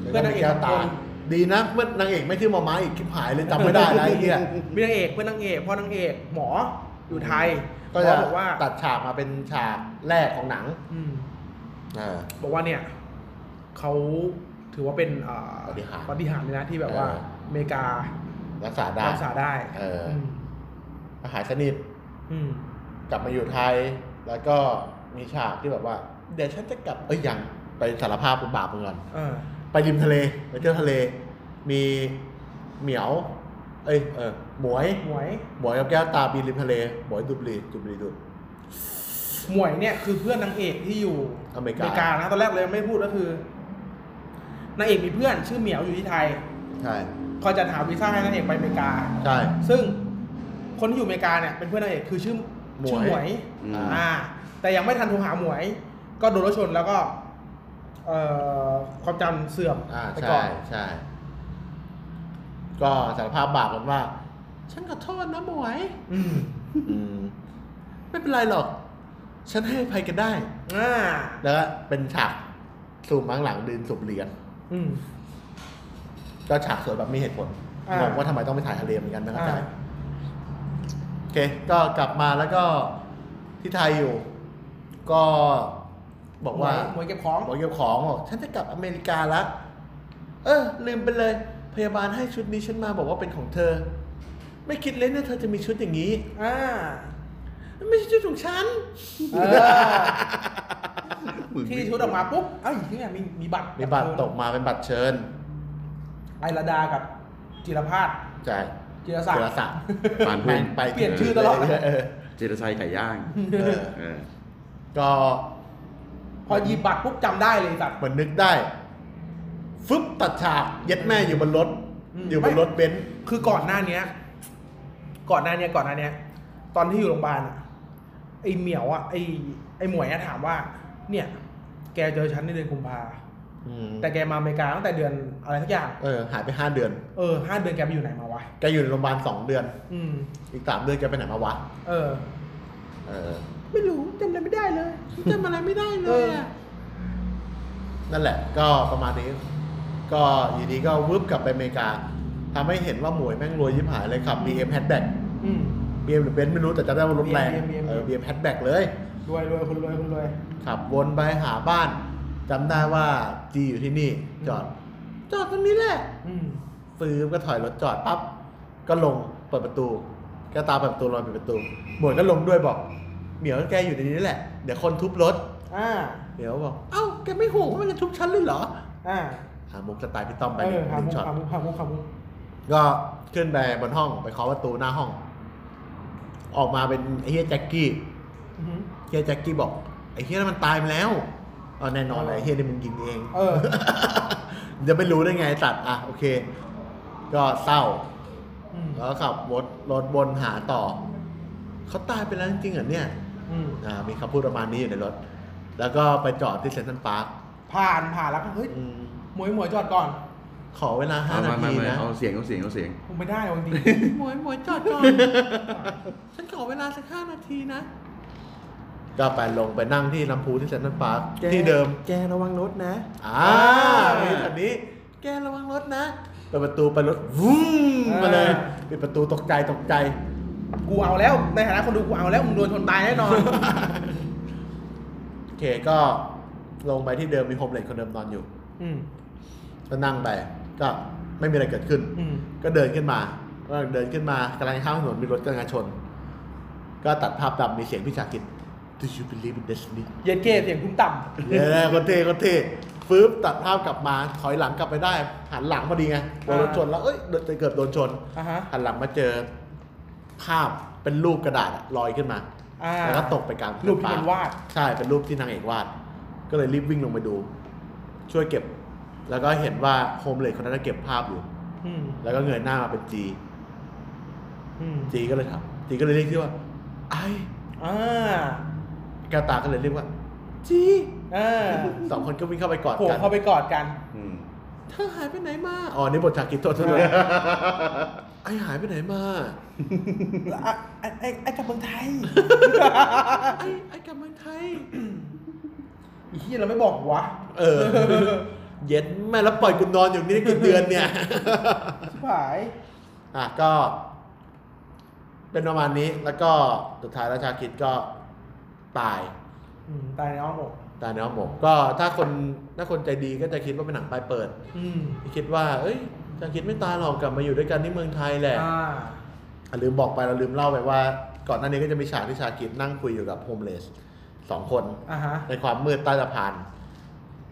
เพื่
แล้
อนา
วน ก็
ง
มี
เอก
แก้ว
สอง
ตา
คน
ดีนะเมื่อนางเอกไม่ชื่อหมอม้าอีกคลิปหายเลยจำไม่ได้นะไอ้เหี้ย
มีนางเอกเพื่อนนางเอกพ่อนางเอกหมออยู่ไทย
ก็
หม
จะ
อบอกว่า
ตัดฉากมาเป็นฉากแรกของหนัง
อืม
อ่า
บอกว่าเนี่ยเขาถือว่าเป็นเอ่อ
ปาฏิหาริย์
ปฏิหารย์เลยนะที่แบบว่า
เออ
อเมริการ
ักษาได้
รักษาได้
เอออื
ม
หายสนิท
อืม
กลับมาอยู่ไทยแล้วก็มีฉากที่แบบว่า เดี๋ยวฉันจะกลับเอ้ยยังไปสารภาพบาปมึงก่อน
เออ
ไปริมทะเลไปเที่ยวทะเล มีเหมียว เอ้ยเออหมวย
หมวย
หมวยกับแก้วตาปีนริมทะเลหมวยดูดบุหรีดูดบุหรีดูด
หมวยเนี่ยคือเพื่อนนางเอกที่อยู่
อเมริกา
นะตอนแรกเลยไม่พูดก็คือนางเอกมีเพื่อนชื่อเหมียวอยู่ที่ไทย
ใช่
คอยจัดหาวีซ่าให้นางเอกไปอเมริกา
ใช่
ซึ่งคนที่อยู่อเมริกาเนี่ยเป็นเพื่อนนางเอกคือชื่อ
หมวย
ชื่อหมวย
อืม
อ่า แต่ยังไม่ทันโทรหาหมวย ก็โดนรถชนแล้วก็เอ่อความจำเสื่อม
อ่า
ไปก่
ใช่
อน
ใช่ ก็สารภาพบาปกันว่า ฉันขอโทษนะหมวย
อืม
อืม ไม่เป็นไรหรอก ฉันให้อภัยกันได้
อ่า
แล้วก็เป็นฉากสูบมังหลังดืนสูบเหรียญ
อืม
ก็ฉากสวยแบบมีเหตุผล
อ่าง
งว่าทำไมต้องไปถ่ายทะเลเหมือนกันไม่เข้าใจ
อ่า
โอเค ก็กลับมาแล้วก็ที่ไทยอยู่ ก็บอกว่า
หมวยเก็บของ
บอกเกี่ยวของบอกฉันจะกลับอเมริกาละเออ ลืมไปเลย พยาบาลให้ชุดนี้ฉันมาบอกว่าเป็นของเธอ ไม่คิดเลยนะเธอจะมีชุดอย่างนี้
อ่า
ไม่ใช่ชุดของฉัน
เออ
มึง
ที่ชุดออกมาปุ๊บ เอ้ยที่เนี่ยมีมีบัตร
มีบัตรตกมาเป็นบัตรเชิญ
ไอระดากับจิรพาส
จ่าย
จิรศักดิ์
จิรศักดิ์
ปาน
แม่
พุ่ง
งไป
เปลี่ยนชื่อตลอด
เอ
เจรไซไก่ย่าง
เออ
เออ
ก็
พอหยิบบัตรปุ๊บจำได้เลยบัตร
เหมือนนึกได้ ฟึบตัดฉากเย็ดแม่อยู่บนรถ
อืม
อยู่บนรถเบนซ์
คือก่อนหน้าเนี้ย ก่อนหน้าเนี้ยก่อนหน้าเนี้ย ตอนที่อยู่โรงพยาบาลอะไอเหมียวอะไอไอหมวยอะถามว่า เนี่ย แกเจอฉันในเดือนกุมภาแต่แกมาอเมริกาตั้งแต่เดือนอะไรทักอย่าง
เออ หายไปห้าเดือน
เออห้าเดือนแกไปอยู่ไหนมาวะ
แกอยู่ในโรงพยาบาลสองเดือน
อืม
อีกสามเดือนแกไปไหนมาวะ
เออ
เออ
ไม่รู้จำอะไรไม่ได้เลย จำอะไรไม่ได้เล
เอย อ
อะ
นั่นแหละ ก็ประมาณนี้ ก็อยู่ดีก็วึบกลับไปอเมริกาทำให้เห็นว่าหมวยแม่งรวยยิบหายเลยขับ BM hatchback
อืม
BM หรือเบนซ์ไม่รู้แต่จำได้ว่ารถแรง
BM
เออ BM hatchback เลย
รวยรวยคนรวยคนรวย
ขับวนไปหาบ้านจำได้ว่าจีอยู่ที่นี่ จอด จอดตรงนี้แหละ
อืม
ฟื้นก็ถอยรถจอดปั๊บก็ลงเปิดประตูแกวตาเปิดประตูรอยเปิดประตูหมวยก็ลงด้วยบอก เหมียวแกอยู่ในนี้แหละ เดี๋ยวคนทุบรถ
อ่า
เหมียวบอก เอ้าแกไม่ห่วงว่ามันจะทุบฉันเลยเหรอ
อ่า
หามุกสไตล์พี่ต้อมไป
เอ
หนึ่
อง ขา
หนึ่
มุก
งช็อต
ขามุกขามุกขามุก
ก็ขึ้นไปบนห้องไปเคาะประตูหน้าห้อง ออกมาเป็นไอ้เฮียแจ็คกี้
อือหือ
เฮียแจ็คกี้บอกไอ้เฮียนั่นมันตายไปแล้วเอาแน่นอนเลยไอ้เฮียนี่มึงยิงเอง
เออ
จะไม่รู้ได้ไงไอ้สัตว์อ่ะโอเค ก็เศร้า
อืม
แล้วก็ขับรถรถวนหาต่อ เขาตายไปแล้วจริงๆเหรอเนี่ย
อืม
อ่ามีคำพูดประมาณนี้อยู่ในรถ แล้วก็ไปจอดที่เซนทรัลพาร์ค
ผ่านผ่านแล้วก็เฮ้ย
อืม
หมวยหมวยจอดก่อน
ขอเวลาห้า
เอา
นา
มามา
ที
มา
นะ
เอาเสียงเอาเสียงเอาเสียง
กูไม่ได้เอาจริง
หมวยหมวยจอดก่อน ฉันขอเวลาสักห้านาทีนะ ก็ไปลงไปนั่งที่ลำพูที่เซ็นทรัลพาร์คที่เดิม
แกระวังรถนะ
อ่ามีแบบนี้ แกระวังรถนะเปิดประตูไปรถวุ้มมาเลยปิดประตูตกใจตกใจ
ๆกูเอาแล้ว ในฐานะคนดูกูเอาแล้วมึงโดนชนตายแน่นอน
โอเคก็ลงไปที่เดิมมีโฮมเลนคนเดิมนอนอยู่
อืม
ก็นั่งไป ก็ไม่มีอะไรเกิดขึ้น
อืม
ก็เดินขึ้นมาก็เดินขึ้นมากำลังข้ามถนนมีรถกำลังชน ก็ตัดภาพดำมีเสียงพี่ชากิจ Do you believe in destiny
เย็นเกเสียงคุ้มต่ำ
เออโคตรเท่โคตรเท่ฟืบตัดภาพกลับมาถอยหลังกลับไปได้ หันหลังพอดีไงโดนรถชนแล้วเอ้ยเกือบโดนชน
อ่ะฮะ
หันหลังมาเจอภาพเป็นรูปกระดาษอะลอยขึ้นมา
อ่า
แล้วก็ตกไปกลางถนน
รูปที่มันวาด
ใช่เป็นรูปที่นางเอกวาด ก็เลยรีบวิ่งลงไปดู ช่วยเก็บ แล้วก็เห็นว่าโฮมเลดคนนั้นนะเก็บภาพอยู่
อืม
แล้วก็เงยหน้ามาเป็นจี
อืม
จีก็เลยถามจีก็เลยเรียกที่ว่าไอ้
อ่า
แกวตาก็เลยเรียกว่าจี
เออ
สองคนก็วิ่งเข้าไปกอด
โผล่
กัน
เข้าไปกอดกัน
อืม
เธอหายไปไหนมาอ๋อนี่บทชาคิดโทษโทษโทษไอ้หายไปไหนมา
อ่ะไอ้ไอ้ไอ้กลับเมืองไทย
ไอ้ไอ้กลับเมืองไทย
อีที่เราไม่บอกวะ
เออ เย็นแม่แล้วปล่อยกูนอนอยู่นี่ได้กี่เดือนเนี่ย
ชิบหาย
อ่ะก็ เป็นประมาณนี้แล้วก็สุดท้ายราชาคิดก็ตาย
อืมตายในอ้อมอก
ตายในอ้อมอกก็ถ้าคนถ้าคนใจดีก็จะคิดว่าเป็นหนังปลายเปิด
อืม
คิดว่า เอ้ยราชาคิดไม่ตายหรอกกลับมาอยู่ด้วยกันที่เมืองไทยแหละ
อ่า
อ่ะลืมบอกไปเราลืมเล่าไปว่า ก่อนหน้านี้ก็จะมีฉากที่ชาคิดนั่งคุยอยู่กับโฮมเลสสองคน
อ่าฮะ
ในความมืดใต้สะพาน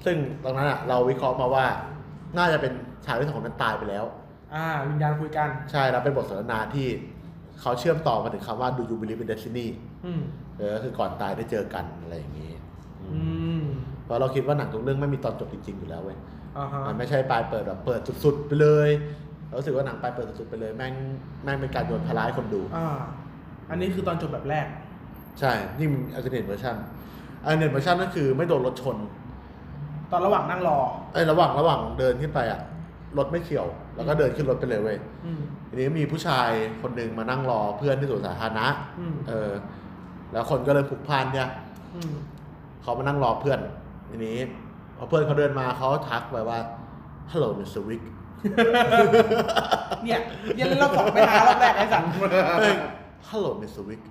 ซึ่งตรงนั้นอ่ะ เราวิเคราะห์มาว่า น่าจะเป็นฉากที่สองคนนั้นตายไปแล้ว
อ่า วิญญาณคุยกัน
ใช่แล้วเป็นบทสนทนาที่เขาเชื่อมต่อมาถึงคำว่าดูยูบิลิเป็นเดซินี่
อืม
เออคือก่อนตายได้เจอกันอะไรอย่างนี้
อืม
เพราะเราคิดว่าหนังทุกเรื่องไม่มีตอนจบจริง ๆ อยู่แล้วเว้ย
อ่าฮะ
มันไม่ใช่ปลายเปิดแบบเปิดสุดๆไปเลยเรารู้สึกว่าหนังปลายเปิดสุดๆไปเลยแม่งแม่งเป็นการโยนภาระให้คนดู
อ่า อันนี้คือตอนจบแบบแรก
ใช่นี่มันอัลเทอร์เนทเวอร์ชันอัลเทอร์เนทเวอร์ชันก็คือไม่โดนรถชน
ตอนระหว่างนั่งรอ
ไอ้ยระหว่างระหว่างเดินขึ้นไปอ่ะรถไม่เฉียว แล้วก็เดินขึ้นรถไปเลยเว้ย
อืม
ทีนี้มีผู้ชายคนหนึ่งมานั่งรอเพื่อนที่สวนสาธารณะ
อืม
เออ แล้วคนก็เริ่มผูกพันเนี่ย
อืม
เขามานั่งรอเพื่อน ทีนี้พอเพื่อนเขาเดินมาเขาทักไปว่า Hello Mr. Wick
เนี่ยเรียนรอบสองไปหารอบแรกไอ้สัตว์
เฮ้ย Hello Mr. Wick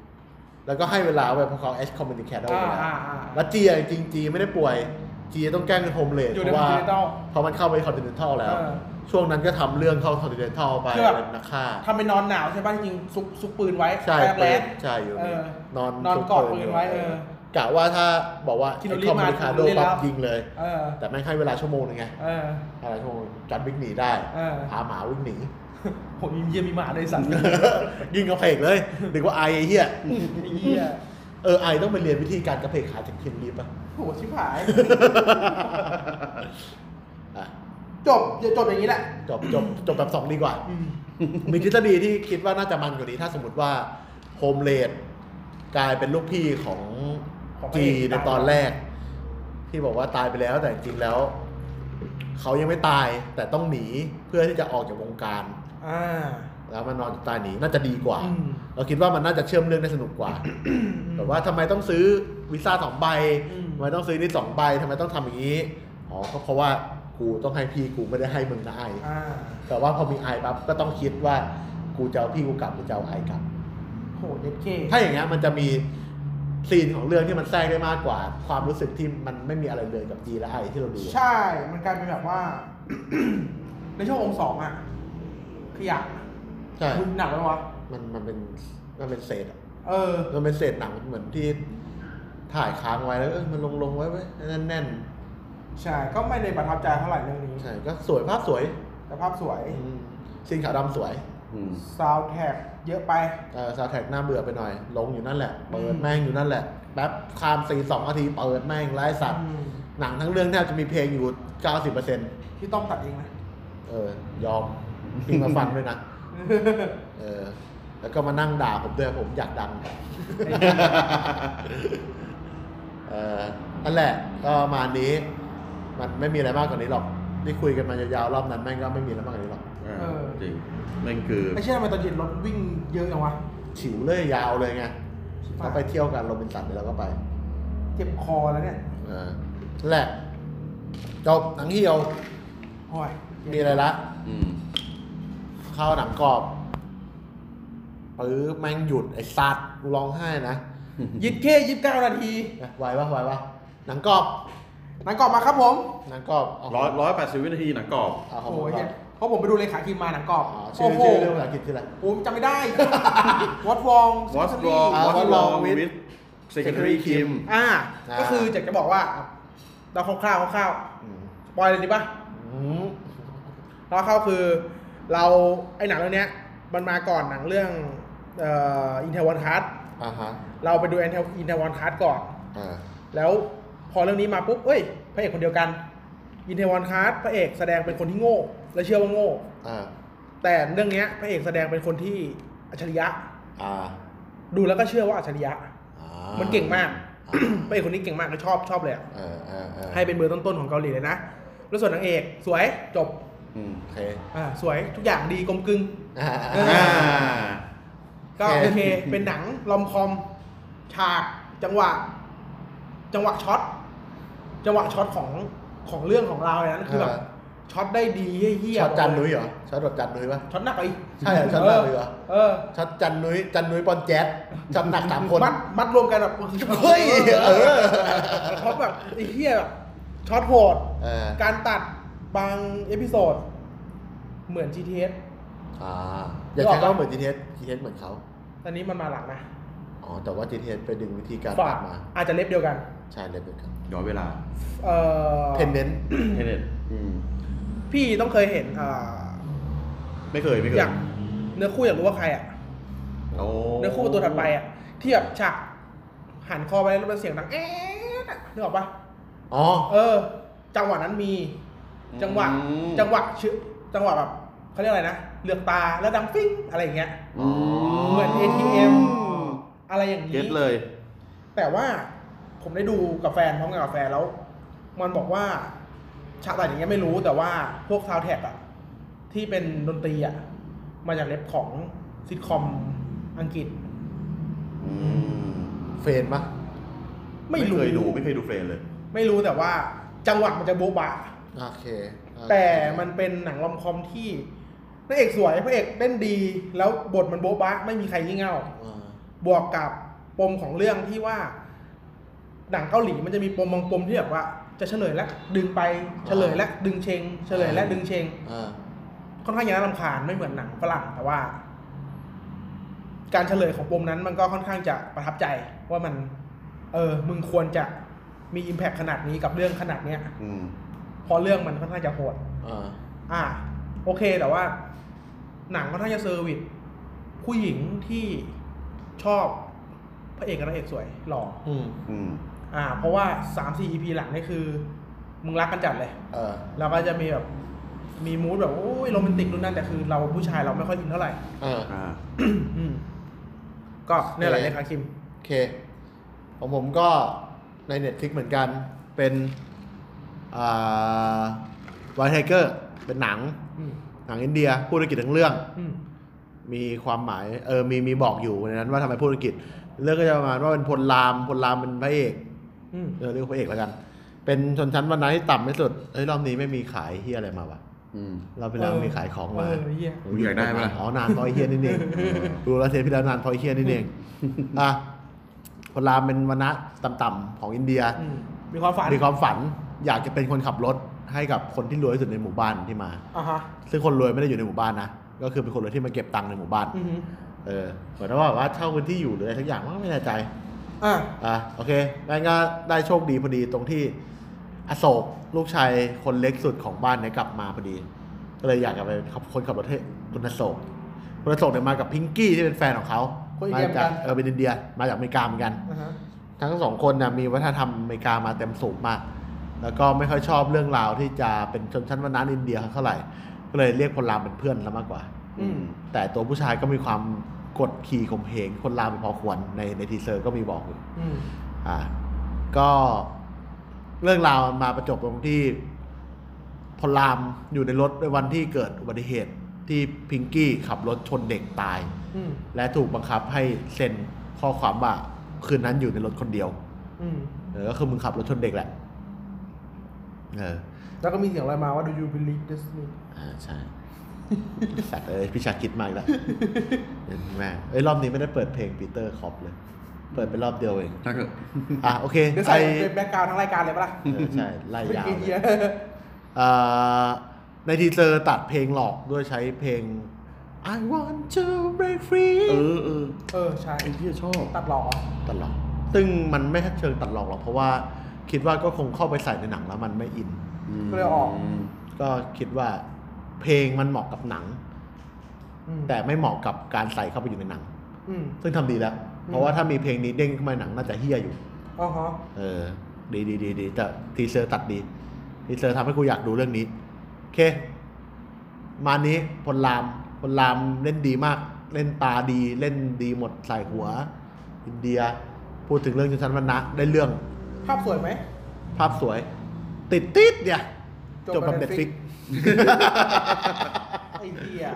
แล้วก็ให้เวลาไว้เพราะเขา Edge Communicate เอาไว้แล้ว
อ่าอ่าอ่า
แล้วจีอะจริงจีไม่ได้ป่วย จีต้องแกล้งเป็นโฮมเลด
อยู่
เพ
ใน
ราะว่า
Continental
เพราะมันเข้าไปคอนติเนนทัลแล้ว
เออ
ช่วงนั้นก็ทำเรื่องเข้าคอนติเนนทัลไป
คือแบบ
เป็นนักฆ่า
ทำไปนอนหนาวใช่ป่ะจริงๆซุกซุกปืนไว้
ใช่
แอบแร
เปิ
ก
ดใช่อยู่
เออน
อน
นอนกอดปืนไว้เออก
ะว่าถ้าบอกว่า
คิโนริ
ไอ้คอม
มา
มิคาโด
คิโนริ
ปั๊บ
แล้ว
ยิงเลย
เออ
แต่แม่งให้เวลาชั่วโมงนึงไง
เออ
ให้เวลาชั่วโมงจัดวิ่งหนีได้
เออ
พาหมาวิ่งหนี
ผมมีเยี่ยมีหมาด้วยไอ้สัตว์
ยิงกระเพกเลยหรือว่าไอไอ้เหี้ย
ไอ้เหี้ย
เออไอต้องไปเรียนวิธีการกระเพกขาจากคินรีป่ะ
โหชิบหาย
อ่ะ
จบเดี๋ยวจบอย่างนี้แหละ
จบจบจบแบบสองดี กว่า
อืม
มีทฤษฎีที่คิดว่าน่าจะมันกว่านี้ถ้าสมมติว่าโฮมเลดกลายเป็นลูกพี่ของ
ของพระ
จี
เอก
ในตอนแรก ที่บอกว่าตายไปแล้วแต่จริงๆแล้ว เขายังไม่ตายแต่ต้องหนีเพื่อที่จะออกจากวงการ
่า
แล้วมันนอนอยู่ใตายหนีน่าจะดีกว่า
อืม
เราคิดว่ามันน่าจะเชื่อมเรื่องได้สนุกกว่า แบบว่าทำไมต้องซื้อวีซ่าสองใบ
อืม
ทำไมต้องซื้อนี่สองใบทำไมต้องทำอย่างนี้อ๋อก็เพราะว่ากูต้องให้พี่กูไม่ได้ให้มึงนะไอ
อ่า
แต่ว่าพอมีไอปั๊บก็ต้องคิดว่ากูจะเอาพี่กูกลับหรือจะเอาไอกลับ
โหเย็ดเก
ถ้าอย่างเงี้ยมันจะมีซีนของเรื่องที่มันแทรกได้มากกว่า ความรู้สึกที่มันไม่มีอะไรเลยกับจีและไอที่เราดู
ใช่ มันกลายเป็นแบบว่า ในช่วงองค์สองอ่ะคืออยาก
ใช่
มึงหนักไหมวะ
มันมันเป็นมันเป็นเศษอะ
เออ
มันเป็นเศษหนังเหมือนที่ถ่ายค้างไว้แล้วเออมันลงลงๆไว้ไว้ยแน่นแน่น
ใช่ ก็ไม่ได้ประทับใจเท่าไหร่เรื่องนี้
ๆใช่ก็สวยภาพสวย
แต่ภาพสวย
อืมซีนขาวดำสวย
อืม
ซาวด์แท็กเยอะไป
เออซาวแท็กหน้าเบื่อไปหน่อย ลงอยู่นั่นแหละเปิดแม่งอยู่นั่นแหละแป๊บข้ามซีนสองนาทีเปิดแม่งไร้สัตว์
อืม
หนังทั้งเรื่องแทบจะมีเพลงอยู่ 90%เ
พี่ต้องตัดเองนะ
อ อ ยอมพิงมาฟันด้วยนะ เออ แล้วก็มานั่งด่าผมด้วยผมอยากดัง เออนั่นแหละ ก็ประมาณนี้ มันไม่มีอะไรมากกว่านี้หรอก ที่คุยกันมายาวๆรอบนั้นแม่งก็ไม่มีแล้วมากกว่านี้หรอก
อ่า
เออ
จริงนั่นคือ
ไม่ใช่ทำไมตอนเย็นรถวิ่งเยอะจังวะ
ฉิวเลยยาวเลยไง
ชิบหาย
ถ้าไปเที่ยวกันโรบินสันเนี่ยเราก็ไป
เจ็บคอแล้วเนี่ย
อ่านั่นแหละจบหนังเหี่ยว
โอ้ย
มีอะไรละ
อืม
เข้าหนังกรอบปื้อแม่งหยุดไอ้สัตว์กูร้องไห้นะ
ยิดแค่ยี่สิบเก้านาที
นะไหวปะไหวปะหนังกรอบ
นังกรอบมาครับผม
หนังกรอบเาขง
ร้อยร้อยแปดสิบวินาทีหนังกรอบ
เอาของ
โอ้
ผม
ย
ก่อน
เพราะผมไปดูเลขาคิมมาหนังกรอบ
อ๋อชื่
โอ้
อ
โห
ชื่อเรื่องภาษาอังกฤษชื่ออะไร
โอ้ยจำไม่ ได้ วอตวอง
What's wrong
Ah,
What's
what's
wrong
wrong with
with secondary Kim
อ่า
อ่า
ก็คืออยากจะบอกว่าเราคร่าวๆคร่าว
อืม
ๆสปอยเลยดีป่ะ
อืม
เราคร่าวๆคือเราไอ้หนังเรื่องเนี้ย มันมาก่อนหนังเรื่องเอ่อินเทอร์วอนคัส
อ่าฮะ
เราไปดูอินเทอร์อินเทอร์วอนคัสก่อน
อ่า
แล้วพอเรื่องนี้มาปุ๊บ เอ้ย พระเอกคนเดียวกัน อินเทวอนคาร์ดพระเอกแสดงเป็นคนที่โง่ และเชื่อว่าโง่
อ่า
แต่เรื่องเนี้ยพระเอกแสดงเป็นคนที่อัจฉริยะ
อ่า
ดูแล้วก็เชื่อว่าอัจฉริยะ
อ่า
มันเก่งมาก
อ่า
พระเอกคนนี้เก่งมากก็ชอบชอบเลยอะ
เออเออเออ
ให้เป็นเบอร์ต้นๆของเกาหลีเลยนะ แล้วส่วนนางเอกสวยจบ
อืม
โอเค
อ่าสวยทุกอย่างดีกลมกลึง
อ่า
เอ
อ่า
ก็
โอ
โอ
เค
เค เป็นหนังลอมคอม ฉาก จังหวะ จังหวะช็อต จังหวะช็อตของของเรื่องของเราเนี่ยนั้นคือแบบช็อตได้ดีเฮี้ยๆ
ช็อตจันนุ้ยเหรอช็อตแบบจันนุ้ยปะ
ช็อตหนักไป
ใช่เหรอช็อตหนักไปเหรอ
เออ
ช็อตจันนุ้ยจันนุ้ยปอนแจ๊ดจำหนักสามคน
มัดมัดรวมกันแบบ
เฮ้ยเออ
ช็อตแบบไอ้เฮี้ยแบบช็อตโหด
เออ
การตัดบางเอพิโซด เหมือน GTS
อ่าอย่าใช้คำว่าเหมือนจีเทสจีเทสเหมือนเขา
ตอนนี้มันมาหลังนะ
อ๋อแต่ว่าจีเทสไปดึงวิธีการ
ฝา
ตั
ก
ดมา
อาจจะเล็บเดียวกัน
ใช่เลยเป็นครับ
ย้อนเวลา
เออ
เพนเดน
เทเน็ตอืม
พี่ต้องเคยเห็นอ่า
ไม่เคยไม่เคย
อยากเนื้อคู่อยากรู้ว่าใครอ่ะ
โอ้
เนื้อคู่ตัวถัดไปอ่ะ ที่แบบฉากหันคอไปแล้วมันเสียงดังเอ๊ะอะนึกออกปะ
อ๋อ
เออ จังหวะนั้นมี จังหวะ
อืม
จังหวะชื่อจังหวะแบบเขาเรียกอะไรนะเหลือกตาแล้วดังฟิ้งอะไรอย่างเงี้ย
อืม
เหมือน ATM อะไรอย่างนี้
เก็ตเลย
แต่ว่าผมได้ดูกับแฟนพร้อมกับแฟนแล้ว มันบอกว่าฉากอะไรอย่างเงี้ยไม่รู้แต่ว่าพวกซาวแท็กอะที่เป็นดนตรีอะมาจากเล็บของซิทคอมอังกฤษ
อืม
เฟนปะ
ไม่รู้
เคยดูไม่เคยดูเฟรนเลย
ไม่รู้แต่ว่าจังหวะมันจะโบ๊ะบะ
โอเคโอเค
แต่มันเป็นหนังลอมคอมที่พระเอกสวยพระเอกเล่นดี แล้วบทมันโบ๊ะบะไม่มีใครงี่เง่า
อ่า
บวกกับปมของเรื่องที่ว่า หนังเกาหลีมันจะมีปมบางปมที่แบบว่า จะเฉลยแล้วดึงไปเฉลยแล้วดึงเชงเฉลยแล้วดึงเชง
อ่า
ค่อนข้างจะน่ารำคาญไม่เหมือนหนังฝรั่งแต่ว่า การเฉลยของปมนั้นมันก็ค่อนข้างจะประทับใจว่ามัน เออ มึงควรจะมีอิมแพคขนาดนี้กับเรื่องขนาดเนี้ย
อืม
เพอเรื่องมันค่อนข้างจะโหด
อ่า
อ่า โอเคแต่ว่า หนังค่อนข้างจะเซอร์วิสผู้หญิงที่ชอบพระเอกกับนางเอกสวยหล่อ
อืม
อืม
อ่า เพราะว่าสามสี่ EP หลังนี่คือ มึงรักกันจัดเลย
เออ
แล้วก็จะมีแบบ มีมูดแบบ โอ้ยโรแมนติกนู่นนั่นแต่คือเราผู้ชายเราไม่ค่อยอินเท่าไหร่
อ่า
อ่า
อืมก็เนี่ยแหละเนี่ยคาคิม
โอเค ของผมก็ใน Netflix เหมือนกัน เป็นวายไทเกอร์ เป็นหนัง
อืม
หนังอินเดีย พูดอังกฤษทั้งเรื่อง
อืม
มีความหมาย เออ มี มีบอกอยู่ในนั้นว่าทำไมพูดอังกฤษ เรื่องก็จะประมาณว่าเป็นพลราม พลรามเป็นพระเอก
อืม
เออ เรียกว่าพระเอกแล้วกัน เป็นชนชั้นวรรณะที่ต่ำที่สุด เอ้ย รอบนี้ไม่มีขายเฮียอะไรมาวะ
อืม
เราไปแล้วมีขายของมา
เออเหี้ย
อยากได้ปะล่ะ
อ๋อนานพอไอ้เฮียนี่เองดูแลวเทปพี่แล้วนานพอไอ้เฮียนี่เองอ่ะคนรามเป็นวรรณะต่ำๆของอินเดีย
อืมมีความฝัน
มีความฝันอยากจะเป็นคนขับรถให้กับคนที่รวยที่สุดในหมู่บ้านที่มา
อ่าฮะ
ซึ่งคนรวยไม่ได้อยู่ในหมู่บ้านนะ ก็คือเป็นคนรวยที่มาเก็บตังค์ในหมู่บ้าน
อือฮึ
เออ เหมือนว่าแบบว่าเช่าพื้นที่อยู่หรืออะไรทั้งอย่างว่าไม่แน่ใจ
อ่า
อ่ะโอเคแม่งก็ได้โชคดีพอดีตรงที่อโศกลูกชายคนเล็กสุดของบ้านเนี่ยกลับมาพอดี ก็เลยอยากจะไปขับคนขับรถให้คุณอโศกคุณอโศกเนี่ยมากับพิงกี้ที่เป็นแฟนของเขา
คนอิน
มา
เดียเหมือนกั
จาก
น
เออเป็นอินเดียมาจากอเมริกาเหมือนกัน
อ่าฮะ
ทั้งสองคนนะมีวัฒนธรรมอเมริกามาเต็มสูงมาก แล้วก็ไม่ค่อยชอบเรื่องราวที่จะเป็นชนชั้นวรรณะอินเดียเท่าไหร่ ก็เลยเรียกคนรามเป็นเพื่อนแล้วมากกว่า
อืม
แต่ตัวผู้ชายก็มีความกดขี่ข่มเหงคนรามเป็นพอควรในในทีเซอร์ก็มีบอกอยู่
อืม
อ่าก็เรื่องราวมันมาประจบตรงที่ พอลามอยู่ในรถในวันที่เกิดอุบัติเหตุที่พิงกี้ขับรถชนเด็กตาย
อืม
และถูกบังคับให้เซ็นข้อความว่าคืนนั้นอยู่ในรถคนเดียว
อืม
เออก็คือมึงขับรถชนเด็กแหละ เออ
แล้วก็มีเสียงอะไรมาว่า do you believe this นี่
อ่าใช่ สัตว์เอ้ยพี่ชาคิดมาอีกแล้วเห็นแม่เอ้ยรอบนี้ไม่ได้เปิดเพลงปีเตอร์คอปเลย เปิดไปรอบเดียวเอง
ถ้าเกิด
อ่ะโอเค
เดี๋ยว
ไป
ใส่เป็นแบ็กกราวด์ทั้งรายการเลยปะล่ะ
เออใช่ ไล่
เป็น
ยาว
เกี
เลย ย
ร์
อ่าในทีเซอร์ตัดเพลงหลอกด้วยใช้เพลง I want to break free
เออเออ
ๆเออใช่
ไอ้ที่ชอบ
ตัดหลอ
ตัดหลอก ซึ่งมันไม่เชิงตัดหลอกหรอก เพราะว่าคิดว่าก็คงเข้าไปใส่ในหนังแล้วมันไม่อิน
ก็เลยออก
ก็คิดว่าเพลงมันเหมาะกับหนัง
อืม
แต่ไม่เหมาะกับการใส่เข้าไปอยู่ในหนัง
อืม
ซึ่งทำดีแล้ว
อืม
เพราะว่าถ้ามีเพลงนี้เด้งขึ้นมาหนังน่าจะเฮี้ยอยู่
อ๋อฮะ
เออ ดีดีดีดีแต่ทีเซอร์ตัดดี ทีเซอร์ทำให้กูอยากดูเรื่องนี้ โอเค มานี้พลรามพลรามเล่นดีมาก เล่นตาดี เล่นดีหมดใส่หัว อินเดีย พูดถึงเรื่องชนชั้นวรรณะได้เรื่อง
ภาพสวยไหม
ภาพสวย ติดติดเนี่ย จ
จ
บบ แบ
แบ
บ
บ
เน็ตฟิ
Netflix
ก
ไอ้เหี้ย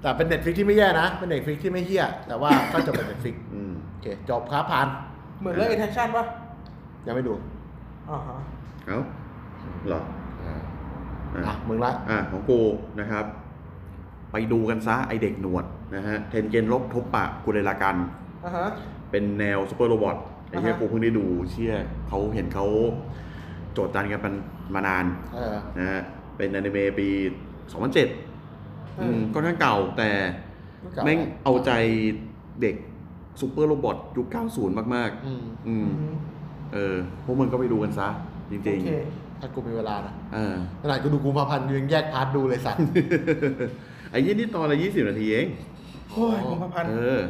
แต่เป็นเน็ตฟิกที่ไม่แย่นะ เป็นเน็ตฟิกที่ไม่เฮี้ย แต่ว่าก็จบแบบเน็ตฟิก
อืม
โอเค จบครับผ่าน
เหมือนเรื่อง attention ป่ะ
ยังไม่ดู
อ๋อฮะ
เอ้าเหรออ่ะ
อ่ะมึงละ
อ่ะของกูนะครับ ไปดูกันซะไอเด็กหนวดนะฮะ เทนเกนลบทุบปากกูเลยละกัน
อ่าฮะ
เป็นแนวซูเปอร์โรบอทไอ้เหี้ย
อ่าฮะ
กูเพิ่งได้ดูเชี่ยเขาเห็นเขาโจทย์จันกันมันมานาน
เออ
นะฮะ เป็นอนิเมะปี 2007อืมก็น่าเก่าแต่
เก่า
แม่งเอาใจเด็กซูเปอร์โรบอทยุค 90 มาก
อืม
ๆ อื
อื
ม
ม
เออ พวกมึงก็ไปดูกันซะ จริง
โอเค
ถ้ากูมีเวลานะ
ๆเอ อ
ขนาดกูดูกูมาพันธ์กูยังแยกพาร์ทดูเลยสัตว์
ไอ้ยี่นี่ตอนละยี่สิบนาทีเอง
โอ้ยพงษ์พันธ์
เออ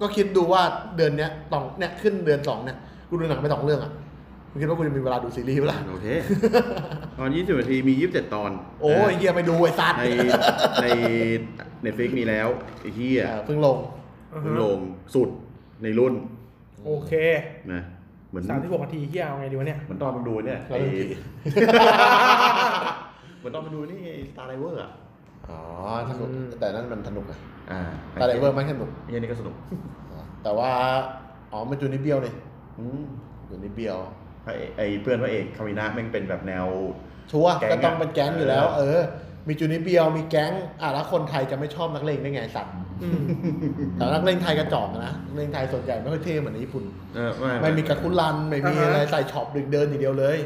ก็คิดดูว่าเดือนเนี้ยตองเนี่ยขึ้นเดือนสองเนี่ย กูดูหนังไปสองเรื่องอ่ะมึงคิดว่ากูจะมีเวลาดูซีรีส์ปะล่ะ
โอเค ตอนยี่สิบนาทีมียี่สิบเจ็ดตอน
โอ้ย
นะ
เฮียไปดูไอ้สัตว์
ในในเน็ตฟิกมีแล้ว ไอ้เฮีย
เออเพิ่งลง
อ่า
มึ
ฮะ
งลงสุดในรุ่น
โอเค
นะเหมือน
สามสิบหกนาทีเฮียเอาไงดีวะเนี่ย
เหมือนตอนมึงดูเนี่ย
แล้ว
ไอ้
ดูกี่
เหมือนตอนมึงดูนี่ตาไดเวอร์อ่ะ
อ๋อสนุก
อืม
แต่นั่นมันสนุกอะ
อ่า
แต่ไดเวอร์มันสนุก
ไอ้เฮียนี่ก็สนุก
อ๋อแต่ว่า อ๋อมันจูนิเบียวนี่
อืม
จูนิเบียว
ไอ้ไอ้เพื่อนพระเอกคารินาแม่งเป็นแบบแนว
ชัวร์
แก๊ง
ก็
อะ
ต้องเป็นแก๊งอยู่แล้ว
เอ
เอ
อ
อ มีจูนิเบียวมีแก๊งอ่ะแล้วคนไทยจะไม่ชอบนักเลงได้ไงสัตว์
อืม
แต่นักเลงไทยกระจอกนะนักเลงไทยส่วนใหญ่ไม่ค่อยเท่เหมือนในญี่ปุ่น
เออ
ไม่มีกระคุรันไม่มีอะไรใส่ช็อปดึกเดินอย่างเดียวเลย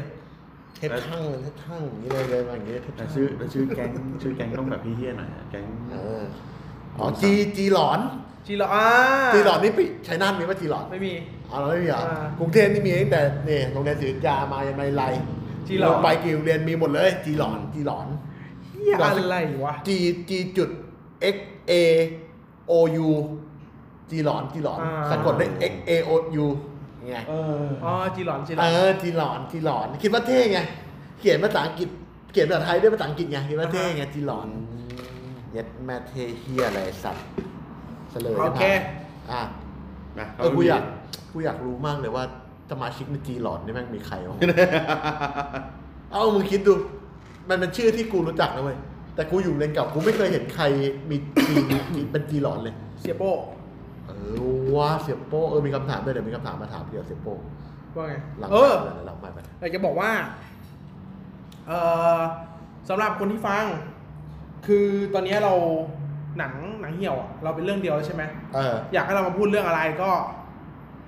เทปช่างเลยเทปช่างอย่างนี้เลยเลยมาอย่างนี้เทป
แต่
ช่าง
ชื่อแต่ชื่อแก๊งชื่อแก๊งต้องแบบพี่เฮียหน่อยอะแก๊ง
เอออ๋อจีจีหลอน
จีหลออ่า
จีหลอนนี่ปิดชัยนาทมีป่ะจีหลอน
ไม่มี
อ๋อเราไม่มีเหรอ
อ่าก
รุงเทพนี่มีตั้งแต่เนี่ยโรงเรียนศิริยามายันไมไล
จีหลอน
งไปกี่โรงเรียนมีหมดเลย จีหลอนจีหลอน
เฮียอะไรวะ
G G จุด X A O U จีหลอนจีหลอน
อ่า
สะกดด้วย X A O U ไง
เออ
อ๋อจีหลอนจีหลอ
เอน อจีหลอนจีหลอน คิดว่าเท่ไง เขียนภาษาอังกฤษ เขียนภาษาไทยด้วยภาษาอังกฤษไงคิดว่าเท่ไงจีหลอนเย็ดแม่เทเฮียอะไรสัตว์เฉลย
โอเค
อ่ะ
นะ
เออกูอยากกูอยากรู้มากเลยว่าสมาชิกในจีหลอนนี่แม่งมีใครบ้าง เอามึงคิดดู มันเป็นชื่อที่กูรู้จักนะเว้ย แต่กูอยู่เรียนเก่ากูไม่เคยเห็นใครมีจีน จีนเป็นจีหลอนเลย
เสียโป้
เออว่าเสียโป้เออมีคำถามด้วยเดี๋ยวมีคำถามมาถามเกี่ยวกับเสียโป้
ว่าไง
หลัง
เออ
หลังหลังไม่ไป
อยากจะบอกว่าเออสำหรับคนที่ฟัง คือตอนเนี้ยเราหนังหนังเหี่ยวอะเราเป็นเรื่องเดียวแล้วใช่ไหม
เออ
อยากให้เรามาพูดเรื่องอะไรก็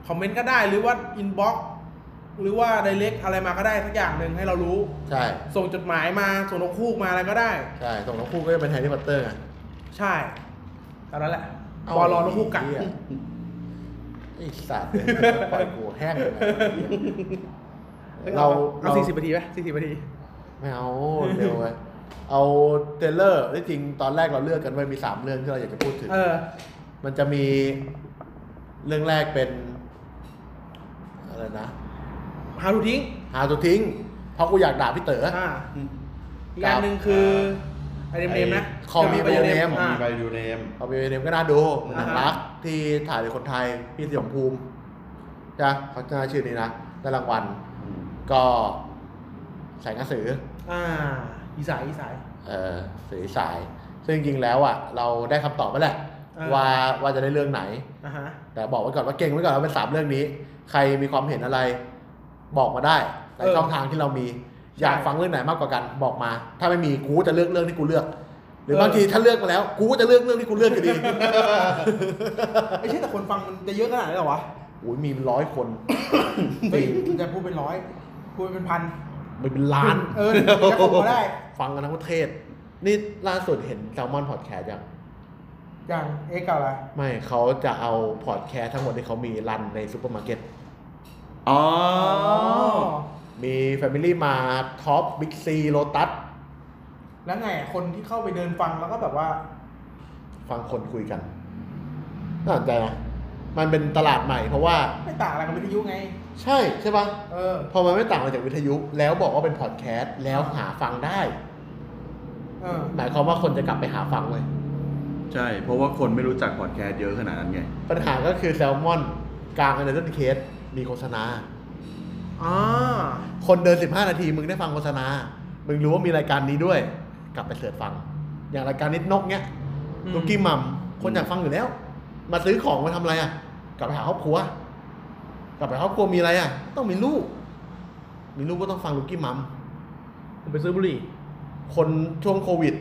คอมเมนต์ก็ได้หรือว่าอินบ็อกหรือว่าไดเ c กอะไรมาก็ได้สักอย่างหนึ่งให้เรารู้
ใช่
ส่งจดหมายมา ส่งนกคูกมาอะไรก็ได้
ใช่ส่งน้องคู่ก็จะเป็นแฮร์รี่พอตเตอร์ไง
ใช่เท่านั้นแหละ
เา
บอลรอนกคูกกัด
ไอ้เหี้ยไอ้สัตว์เนี่ย ปล่อยกูแห้งเลยเรา
เอาสี่สิบนาทีไหมสี่สิบนาที
ไม่เอาเร็วไปเอาเทรลเลอร์ที่จริงตอนแรกเราเลือกกันไว้มีสามเรื่องที่เราอยากจะพูดถึง
เออ
มันจะมีเรื่องแรกเป็น อะไรนะ
หาดูทิ้ง
หาตัวทิ้ง เพราะกูอยากด่าพี่เต๋อ
อ่า อีกอันหนึ่งคือไอเดมเนมนะ
คอมมี
จะ
Your
เด
Name
อ่า
มีไปดูเนม
เอาไปเนมก็น่าดูหนัง
อ่าฮะ
รักที่ถ่ายโดยคนไทย พี่สยองภูมิจ้ะเขาจะชื่อนี้นะได้รางวัล ก็แสงกระสือ
อ่า อีสายอีสาย
เออสื่อสาย ซึ่งจริงๆแล้วอ่ะเราได้คำตอบมาแล้วแหละ
เออ
ว่าว่าจะได้เรื่องไหน
อ่ะฮะ
แต่บอกไว้ก่อนว่าเก่งไว้ก่อนว่าเป็นสามเรื่องนี้ ใครมีความเห็นอะไร บอกมาได้ใน
เออ
ช่องทางที่เรามี
ใช่
อยากฟังเรื่องไหนมากกว่ากันบอกมา ถ้าไม่มีกูจะเลือกเรื่องที่กูเลือก หรือ
เออ
บางทีถ้าเลือกมาแล้ว กูจะเลือกเรื่องที่กูเลือกอยู่ดี
ไม่ใช่แต่คนฟังมันจะเยอะขนาดนั้นเหรอวะ
โอ้ยมีเป็นร้อยคน
เฮ้ยจะพูดเป็นร้อยพูดเป็นพัน
มีเป็นล้าน
เออจะผมก็ได้
ฟังกันทั้งประเทศ นี่ล่าสุดเห็นแซลมอนพอดแคสต์ยัง
อย่างเอ็กซ์กับอะไร
ไม่เขาจะเอาพอดแคสต์ทั้งหมดที่เขามีรันในซูเปอร์มาร์เก็ต
อ๋อ
มี Family มาท็อปบิ๊กซีโ u ตัส
แล้วไงอ่ะคนที่เข้าไปเดินฟังแล้วก็แบบว่า
ฟังคนคุยกัน น่าสนใจนะ มันเป็นตลาดใหม่เพราะว่า
ไม่ต่างอะไรกับวิทยุไง
ใช่ใช่ปะ
เออ
พอมันไม่ต่างอะไรจากวิทยุ แล้วบอกว่าเป็นพอดแคสต์แล้วหาฟังได้
เออ
หมายความว่าคนจะกลับไปหาฟังเลย
ใช่ เพราะว่าคนไม่รู้จักพอดแคสต์เยอะขนาดนั้นไง
ปัญหาก็คือแซลมอนกลางอันเดอร์เคสมีโฆษณา
อ่า
คนเดิน 15 นาที มึงได้ฟังโฆษณา มึงรู้ว่ามีรายการนี้ด้วย กลับไปเสิร์ชฟัง อย่างรายการนิดนกเนี้ย
อืม
ลูกกี้มัม คนอยากฟังอยู่แล้ว มาซื้อของมาทำอะไรอ่ะ กลับไปหาครอบครัว กลับไปหาครอบครัวมีอะไรอ่ะ ต้องมีลูก มีลูกก็ต้องฟังลูกกี้มัม
ผมไปซื้อบุหรี่
คนช่วงโควิด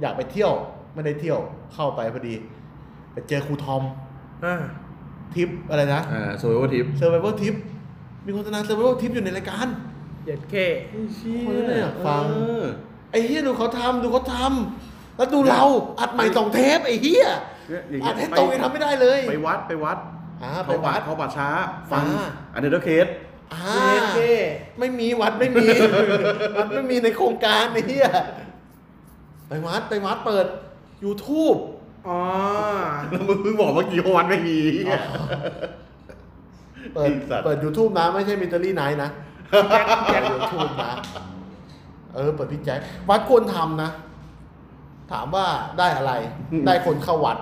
อยากไปเที่ยว ไม่ได้เที่ยว เข้าไปพอดี ไปเจอครูทอม
อ่า
ทริปอะไรนะ
อ่าโซเวอร์ทิป
เซอร์ไวเวอร์ทริป มีโฆษณาเซอร์ไวเวอร์ทริปอยู่ในรายการ
เจ็ดเค
คนเนี่ยอยากฟัง ไอ้เฮียดูเขาทำดูเขาทำแล้วดูเราอัดใหม่สองเทปไอ้เฮีย
เนี่ยอย่างเงี้ย
อัดให้ตรงยังทำไม่ได้เลย
ไปวัดไปวัด
อ่าไปวั
เขาวั
ด
ดเขาปัดช้า ฟัง
อ่า
อันเดอร์เคส
อ่า
เจ็ดเค
ไม่มีวัดไม่มี วัดไม่มีในโครงการไอ้เฮียไปวัดไปวัดเปิด YouTube
อ๋อ
แล้วมึงเพิ่งบอกเมื่อกี้ว่าวันไม่มี
เปิด
ไอ้สัตว์
เปิด YouTube นะ ไม่ใช่มิเตอรี่ไน ท์นะเปิด YouTube นะ เออ เปิดพี่แจ็ควัดควรทำนะ ถามว่าได้อะไร ได้คนเข้าวัด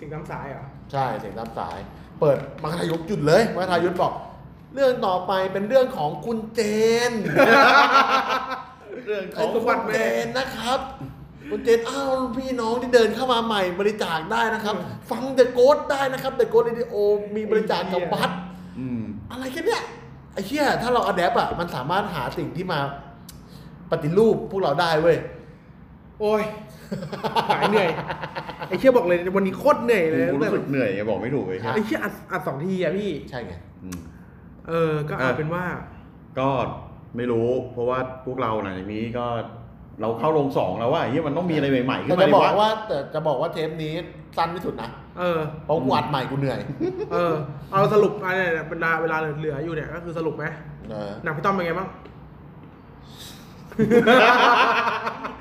สิ่งน้ำสายเหรอ
ใช่เสียงตามสาย เปิดมหายุทธหยุดเลยมหายุทธบอก เรื่องต่อไปเป็นเรื่องของคุณเจน
เรื่องข
ข
อ
อง ง
ไสมบัติ
คุณ
แม่
เจนนะครับ คุณเจนอ้าวพี่น้องที่เดินเข้ามาใหม่บริจาคได้นะครับ ฟังเดอะโกดได้นะครับเดอะโกดเรดิโอมีบริจาคกับบัตร
อืม
อะไรกันเนี่ยไอ้เหี้ยถ้าเราอัดแอปอ่ะมันสามารถหาสิ่งที่มาปฏิรูปพวกเราได้เว้ย
โอ้ย หายเหนื่อย ไอ้เชี่ยบอกเลย วันนี้โคตรเหนื่อยเลย
กู
ตั้ง
รู้
แต่
สึกเหนื่อยไงบอกไม่ถูกเลย
อ่ะ
ไอ้เชี่ยอัดอัดสองทีอะพี่
ใช่ไง
อืม
เออ ก็เอา
อ่ะ
เป็นว่า
ก็ไม่รู้ เพราะว่าพวกเราหลังจากนี้ก็เราเข้าโรงสองแล้วว่าเฮียมันต้องมีอะไรใหม่ๆขึ้
แต่
น
จะ
มาดิ
บอก
วะ
ว่าแต่จะบอกว่าเทปนี้สั้นที่สุดนะ
เออ
เพราะกูอัดใหม่กูเหนื่อย
เออ เอาสรุปอะไรเนี่ยเวลาเวลาเหลือๆอยู่เนี่ยก็คือสรุปไหม
เออ
หนังพี่ต้อมเป็นไงบ้าง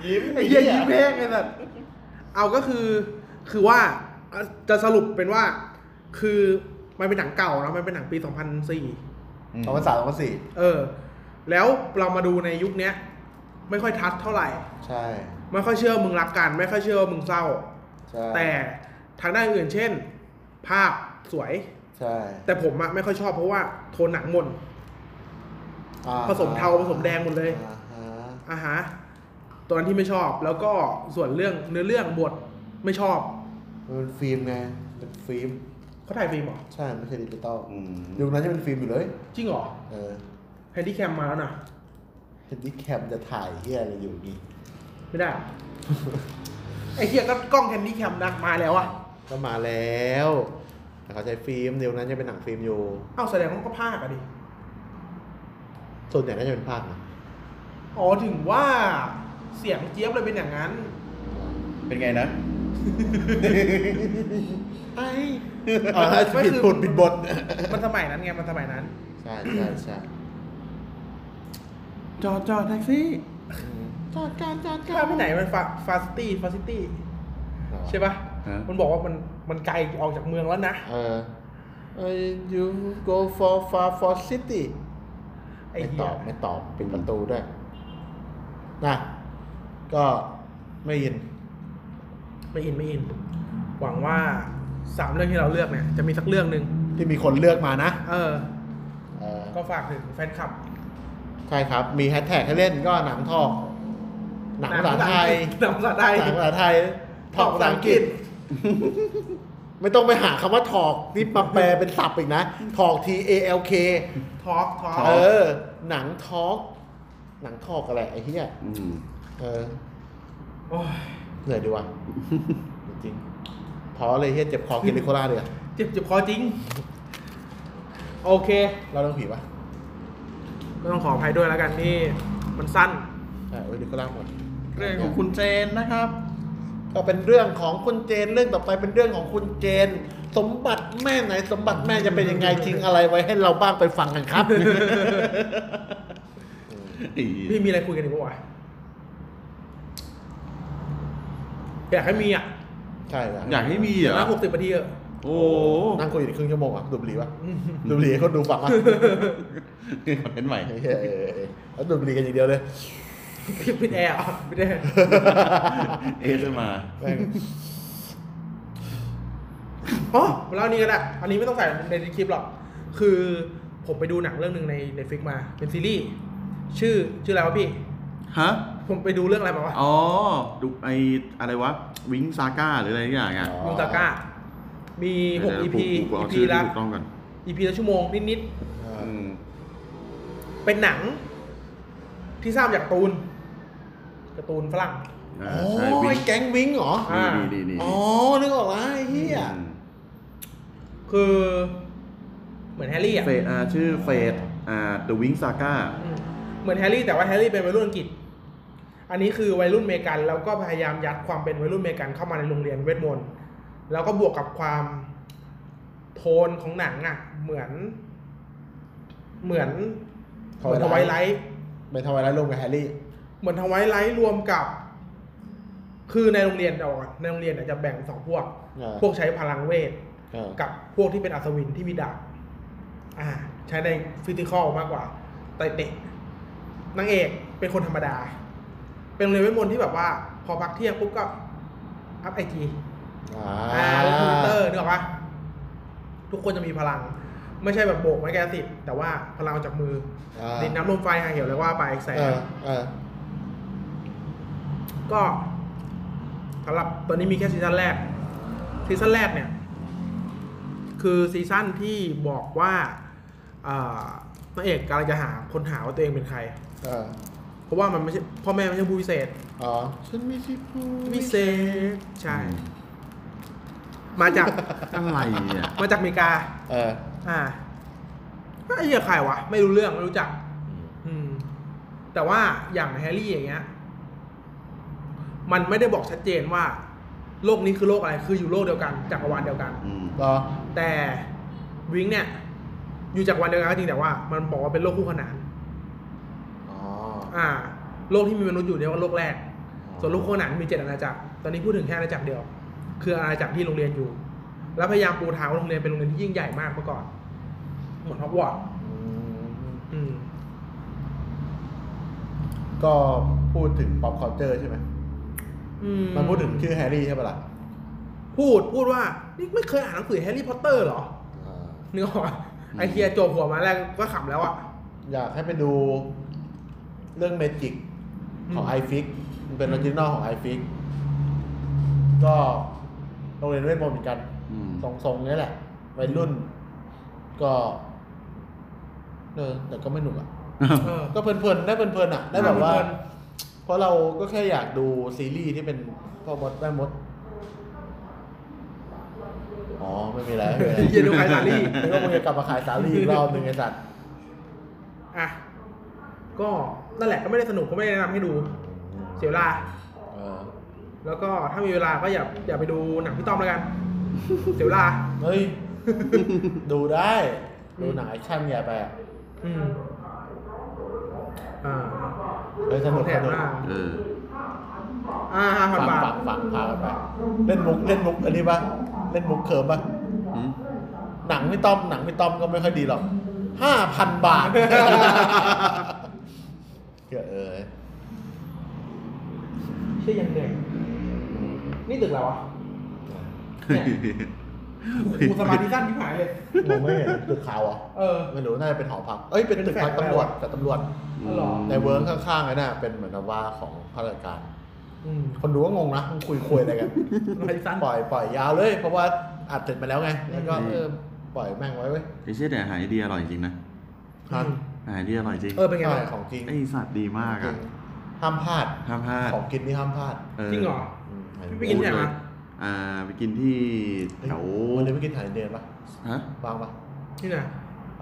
ยิ้ม
ไอ้เหี้ยยิ้มแห้งไอ้สัสเอาก็คือ คือว่าเอ่อจะสรุปเป็นว่า คือมันเป็นหนังเก่าแล้วมันเป็นหนังปี 2004
สองพันสามสองพันสี่
เออ แล้วเรามาดูในยุคเนี้ย ไม่ค่อยทัดเท่าไหร่
ใช่
ไม่ค่อยเชื่อมึงรักกัน ไม่ค่อยเชื่อมึงเศร้า
ใช่
แต่ทางด้านอื่นเช่น ภาพสวย
ใช่
แต่ผมอะไม่ค่อยชอบเพราะว่าโทนหนังหมน
อ่
ผสมเทาผสมแดงหมดเลย
อ่าฮะ
อ่ะฮะตัวนั้นที่ไม่ชอบ แล้วก็ส่วนเรื่องเนื้อเรื่องบทไม่ชอบ
มันเป็นฟิล์มไงเป็นฟิล์ม
เขาถ่ายฟิล์มเหรอ
ใช่ไม่ใช่ดิจิตอล
อืม
ยุคนั้นยังเป็นฟิล์มอยู่เลย
จริงเหรอ
เออ
แฮนดี้แคมมาแล้วนะ
เห็นที่แคมจะถ่ายเฮียอะไรอยู่นี่
ไม่ได้อะ ไอ้เฮียก็กล้องแฮนดี้แคมนะมาแล้วอะ
ก็มาแล้วแต่เขาใช้ฟิล์มเดี๋ยวนั้นยังเป็นหนังฟิล์มอยู่
เอ้าแสดงว่าก็ภาคอะดิ
ส่วนใหญ่น่าจะเป็นภาคนะ
อ๋อถึงว่าเสียงเจี๊ยบเลยเป็นอย่างนั้น
เป็นไงนะ
ไอ้
อ๋อ ถ้าผิ
ผิ
ด
ด
บบ ท
ท
ผิ
ผิ
ด
ด
บบ ท
ท
มันสมัยนั้นไงมันสมัยนั้น
ใช่ใช่ใช่
จอดจอดแท็กซี่
จอดการจอดกา
ภาร พที่ไหนมันฟาฟาสตี้ฟาซิตี้ใช่ปะ
ฮะ
มันบอกว่ามันมันไกลออกจากเมืองแล้วนะ
เออเออ you go for far for city
ไอ้
ไม่
เหี้ย
ตอบไม่ตอบปิดประตูด้วยนะก็ไม่ยิน
ไม่อินไม่อิน หวังว่าสามเรื่องที่เราเลือกเนี่ย จะมีสักเรื่องหนึ่ง
ที่มีคนเลือกมานะ
เออ
เออ
ก็ฝากถึงแฟนคลับ
ใช่ครับ มีแฮชแท็กให้เล่นก็หนังทอก หนังภาษาไทย
หนังภาษาไทย
หนังภาษาไทยถอกภาษาอังกฤษ ไม่ต้องไปหาคำว่าถอกนี่มาแปลเป็นศัพท์อีกนะ ถอก T A L K
ทอล์กทอล์ก
เออ หนังทอกหนังทอกอะไรไอ้เหี้ย
อืม
เออ
โอ้ย
เหนื่อยดีว่ะ จริงๆท้อเลยเฮียเจ็บคอกินไนโคล่าเลยอะ
เจ็บเจ็บคอจริง โอเค
เราต้องผีปะ
ก็ต้องขออภัยด้วยแล้วกันที่มันสั้น
เออไนโคล่าหมด
เรื่องของคุณเจนนะครับ
ก็เป็นเรื่องของคุณเจนเรื่องต่อไปเป็นเรื่องของคุณเจน สมบัติแม่ไหน สมบัติแม่จะเป็นยังไงทิ้งอะไรไว้ให้เราบ้างไปฟังกันครับ
พี่มีอะไรคุยกันอีกปะวะอยากให้มีอ่ะ
ใช่
อยากให้มีเหร
มา
อ
หกสิบนาทีเถอะ
โอ้
นั่งคุยอยู่ครึ่งชั่วโมงอ่ะดูบลีปะดูบลีให้คนดูฟังอ่ะ
นี่คอนเทนต์ใหม่
ไอ้เหี้ยเออเออแล้วดูบลีกันอย่างเดียวเลย
พี่พี่แอร์อ่ะพี่แอร์
เอสมา
แม่ง
อ๋อเล่านี้ก็ได้อันนี้ไม่ต้องใส่ในคลิปหรอก คือผมไปดูหนังเรื่องหนึ่งในในฟิกมา เป็นซีรีส์ ชื่อชื่ออะไรวะพี่
ฮะ
ผมไปดูเรื่องอะไรมาวะ
อ๋อ ดูไออะไรวะ วิงซาก้าหรืออะไรทุกอย่างอ่ะ
มุงตาก้า มีหก EP
เดี๋ยวกูเอา
EP
ชื่อที่
ละ
ถูกต้องก่อน
EP ละชั่วโมงนิด
เออ
อืม
ๆเป็นหนัง ที่สร้างจากการ์ตูนการ์ตูนฝรั่ง
อ่า
โอ้
ใช่วิ
ย
ง
แก๊งวิ้งเหรอ
อ่า
นี่นี่นี่
อ๋อ นึกออกแล้วไอ้เหี้ย
อืม
คือเหมือนแฮร์รี่อ่ะ
เฟดอ่าชื่อเฟดอ่า The Wing Saga
อืมเหมือนแฮร์รี่แต่ว่าแฮร์รี่เป็นวัยรุ่นอังกฤษ อันนี้คือวัยรุ่นอเมริกันแล้วก็พยายามยัดความเป็นวัยรุ่นอเมริกันเข้ามาในโรงเรียนเวทมนต์แล้วก็บวกกับความโทนของหนังอ่ะ เหมือน เหมือนเหมือนทวายไลท์
เป็นทวายไลท์รวมกับแฮร์รี่
เหมือนทำไว้ไลฟ์รวมกับ คือในโรงเรียนเราอะในโรงเรียนอะจะแบ่งสองพวก
อ่า
พวกใช้พลังเวท
เออ
กับพวกที่เป็นอัศวินที่มีดาบอ่า ใช้ในฟิสิกอลมากกว่าแต่เตะนางเอกเป็นคนธรรมดา เป็นโรงเรียนเวทมนต์ที่แบบว่า พอพักเที่ยงปุ๊บก็ อัพไอจี
อ่า
อ่าแล้วทวิตเตอร์นึกออกปะทุกคนจะมีพลัง ไม่ใช่แบบโบกไม้แกนสิบแต่ว่าพลังออกจากมืออา ดินน้ำลมไฟหางเหี่ยวเลยว่าไปแสง
เออเออ
ก็สำหรับตอนนี้มีแค่ซีซั่นแรก ซีซั่นแรกเนี่ย คือซีซั่นที่บอกว่าเอ่อนางเอกกำลังจะหาคนหาว่าตัวเองเป็นใคร
เออ
เพราะว่ามันไม่ใช่พ่อแม่ไม่ใช่ผู้พิเศษ
อ๋อ ฉันไม่ใช่ผู้
พิเศษ ใช่ มาจาก
อะไรเนี่ย
มาจากอเมริกา
เออ
อ่าไอ้เหี้ยใครวะ ไม่รู้เรื่อง ไม่รู้จัก อืม แต่ว่าอย่างแฮร์รี่อย่างเงี้ย มันไม่ได้บอกชัดเจนว่า โลกนี้คือโลกอะไร คืออยู่โลกเดียวกันจักรวาลเดียวกัน
อืม
รอ
แต่วิงเนี่ย อยู่จักรวาลเดียวกันก็จริงแต่ว่า มันบอกว่าเป็นโลกคู่ขนาน
อ๋อ
อ่า โลกที่มีมนุษย์อยู่เรียกว่าโลกแรก ส่วนโลกคู่ขนานมีเจ็ดอาณาจักร ตอนนี้พูดถึงแค่อาณาจักรเดียว คืออาณาจักรที่โรงเรียนอยู่ แล้วพยายามปูทางว่าโรงเรียนเป็นโรงเรียนที่ยิ่งใหญ่มากเมื่อก่อน เหมือนฮอกวอตส์
อืม
อืม
ก็พูดถึง pop culture ใช่ไหม
อื
มันพูดถึงชื่อแฮร์รี่ใช่ปะล่ะ
พูดพูดว่า นี่ไม่เคยอ่านหนังสือแฮร์รี่พอตเตอร์เหรอ
อ่า
นึกออกปะ
อืม
ไอเฮียโจบหัวมาแรกก็ขำแล้วอ่ะ
อยากให้ไปดูเรื่องเมจิกของ
อืม
ไอฟิกมันเป็นออริจินอลของไอฟิกก็โรงเรียนเวทมนต์เหมือนกัน
อืม
ทรงๆนี่แหละวัยรุ่น ก็ เออ แต่ก็ไม่หนุกอ่ะ
เออ
ก็เพลินๆ ได้เพลินๆอ่ะ ได้แบบว่า
เพลิน
เพราะเราก็แค่อยากดูซีรีส์ที่เป็นพ่อมดแม่มด อ๋อ ไม่มีอะไรไม่มีอะไร
เฮียดูไอซารี่
นึกว่ามึงจะกลับมาขายสาลีอีกรอบหนึ่งไอ้สัตว์
อ่ะ ก็นั่นแหละก็ไม่ได้สนุกก็ไม่ได้แนะนำให้ดู เสียเวลา
เออ
แล้วก็ถ้ามีเวลาก็อย่าอย่าไปดูหนังพี่ต้อมแล้วกัน เสียเวลา
เฮ้ย ดูได้ ดูหนังแอคชั่นอย่าไปอะ
อืม อ่า
เฮ้ยส
ข
นุ
อก งแถ
ส
ม
นุก
มา
เออ
อ่าห้าพัน
ฟัง
บาท
ฟังฟังพากันไป เล่นมุกเล่นมุกอันนี้ปะเล่นมุกเขิมปะ
อืม
หนังพี่ต้อมหนังพี่ต้อมก็ไม่ค่อยดีหรอกห้าพันบาท เกือเอ้ย
เชี่ยยังเหนื่อยนี่ตึกเราอะ เนี่ย กูสมาธิสั้นที่หายเลย
มองไม่เห็นตึกขาวเหรอ่ะ
เออ
ไม่รู้น่าจะเป็นหอพักเอ้ยเป็นตึกพักตำรวจกับตำรวจ
อ๋อเหรอ
ในเวิร์กข้างๆนั่นน่ะเป็นเหมือนกับว่าของข้าราชการ
อืม
คนดูก็งงนะมันคุยคุยอะไรกัน
สมาธิสั้น
ปล่อยปล่อยยาวเลย เพราะว่าอัดเสร็จมาแล้วไง แล้วก็เออปล่อยแม่งไว้เว้ย
ไอ้เชี่ยเนี่ยอาหารอินเดียอร่อยจริงนะ
อืม
อาหารอินเดียอร่อยจริง
เออเป็นไง
ใช่
บ้าง
ของจริง
ไอสัตว์ดีมากอ่ะ
ห้ามพลาด
ห้ามพลาด
ของกินนี่ห้ามพลาด
จริงเหรอ
อืม
ไปกินที่ไหนมา
อ่าไปกินที่แถว
วันนี้ไปกินไทยเดือนปะ
ฮะ
ว่างปะ
ที่ไหน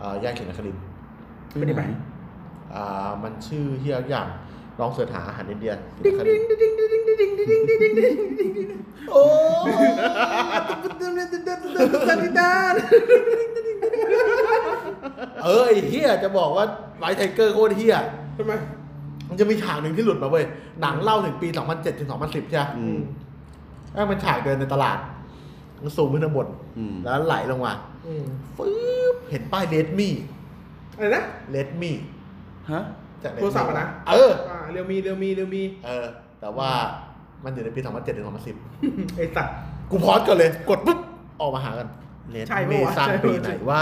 อ่าย่านเขียนครินทร์
ไม่ได้ไป
อ่ามันชื่อเฮียอย่างลองเสิร์ชหาอาหารอินเดียเขีย
ดิ้
น
ง
คริ
ดิ้
น
ง
ทร์
ดิ้งดิ้งดิ้งดิ้งดิ้งดิ้งดิ้งดิ้งดิ้งดิ้งโอ้
เออไอ้เฮียจะบอกว่าไลท์ไทเกอร์โคตรเฮีย
ทำไม
มันจะมีฉากหนึ่งที่หลุดมาเว้ย หนังเล่าถึงปี 2007 ถึง 2010 ใช่ไหม
อืม
แม่งเป็นฉากเดินในตลาดมันสูงขึ้นข้างบน
อืม
แล้วไหลลงมา
อืม
ฟืบเห็นป้ายเลดมี่
อะไรนะ
เลดมี่
ฮะ
จาก Redmi
โทรศัพท์อะนะ
เออ
อ่าเรียวมีเรียวมีเรียวมี
เออ แต่ว่ามันอยู่ในปี 2007 ถึง 2010
ไอสัตว์
กูพอดก่อนเลย กดปุ๊บ ออกมาหากันเลด
ใช่ปะ
มี่
วะ
สร้าง
ใช่ปะ
ปีไหนว่า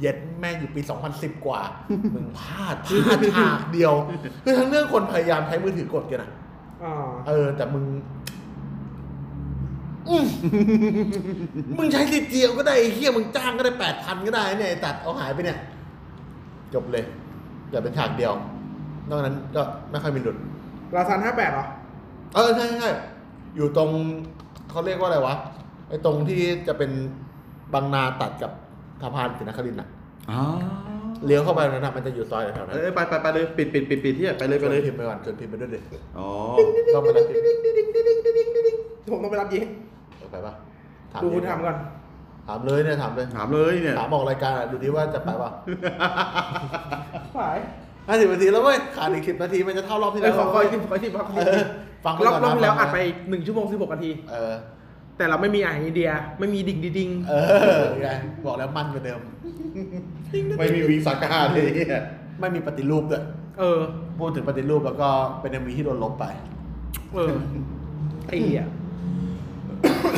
เย็ดแม่งอยู่ปี 2010 กว่า มึงพลาดพลาดฉากเดียว คือทั้งเรื่องคนพยายามใช้มือถือกดกันอะ
อ่า
เออ แต่มึงอื้อมึงใช้สิบเดียวก็ได้ไอ้เฮียมึงจ้างก็ได้แปดพันก็ได้เนี่ยไอ้ตัดเอาหายไปเนี่ย จบเลยแต่เป็นฉากเดียวนอกนั้นก็ไม่ค่อยมีหลุด
ลาซานห้าแปดเหรอ
เออใช่ใช่อยู่ตรงเขาเรียกว่าอะไรวะไอ้ตรงที่จะเป็นบางนาตัดกับสะพานศรีนครินทร์น่ะ
อ๋อ
เลี้ยวเข้าไปนั้นน่ะมันจะอยู่ซอยแถวๆนั้น
เอ้ยไปไปไปเลยปิดปิดปิดปิดที่ไปเลยไปเลย
ชวนพิมพ์ไปก่อนชวนพิมพ์ไปด้วยดิ
อ๋อ
ต้องไปรับพิมพ์
ผมต้องไปรับยี
เออไปปะถาม
ดู
ดิ
คุณทำก่อน
ถามเลยเนี่ยถามเลย
ถามเลยเนี่ย
ถามออกรายการอะดูดิว่าจะไปป่ะ
สาย
ห้าสิบนาทีแล้วเว้ยขาดอีกสิบนาทีมันจะเท่ารอบที่
เอ้
แล้
ยว ขอคอยทิมขอทิมขอทิม
เออฟังไป
รอบ
ก่
รอบ
นนะ
ที่แล้ว
ฟัง
อัดไปหนึ่งชั่วโมงสิบหกนาที
เออ
แต่เราไม่มีอ่านไอเดีย ไม่มีดิ่งดิ่ง
เออไงบอกแล้วมันกว่าเดิม
ไม่มีวิสาการเลยเนี่ย
ไม่มีปฏิรูปด้วย
เออ
พูดถึงปฏิรูปแล้วก็เป็นเอ็มวีที่โดนลบไป
เออ ไอ้เหี้ย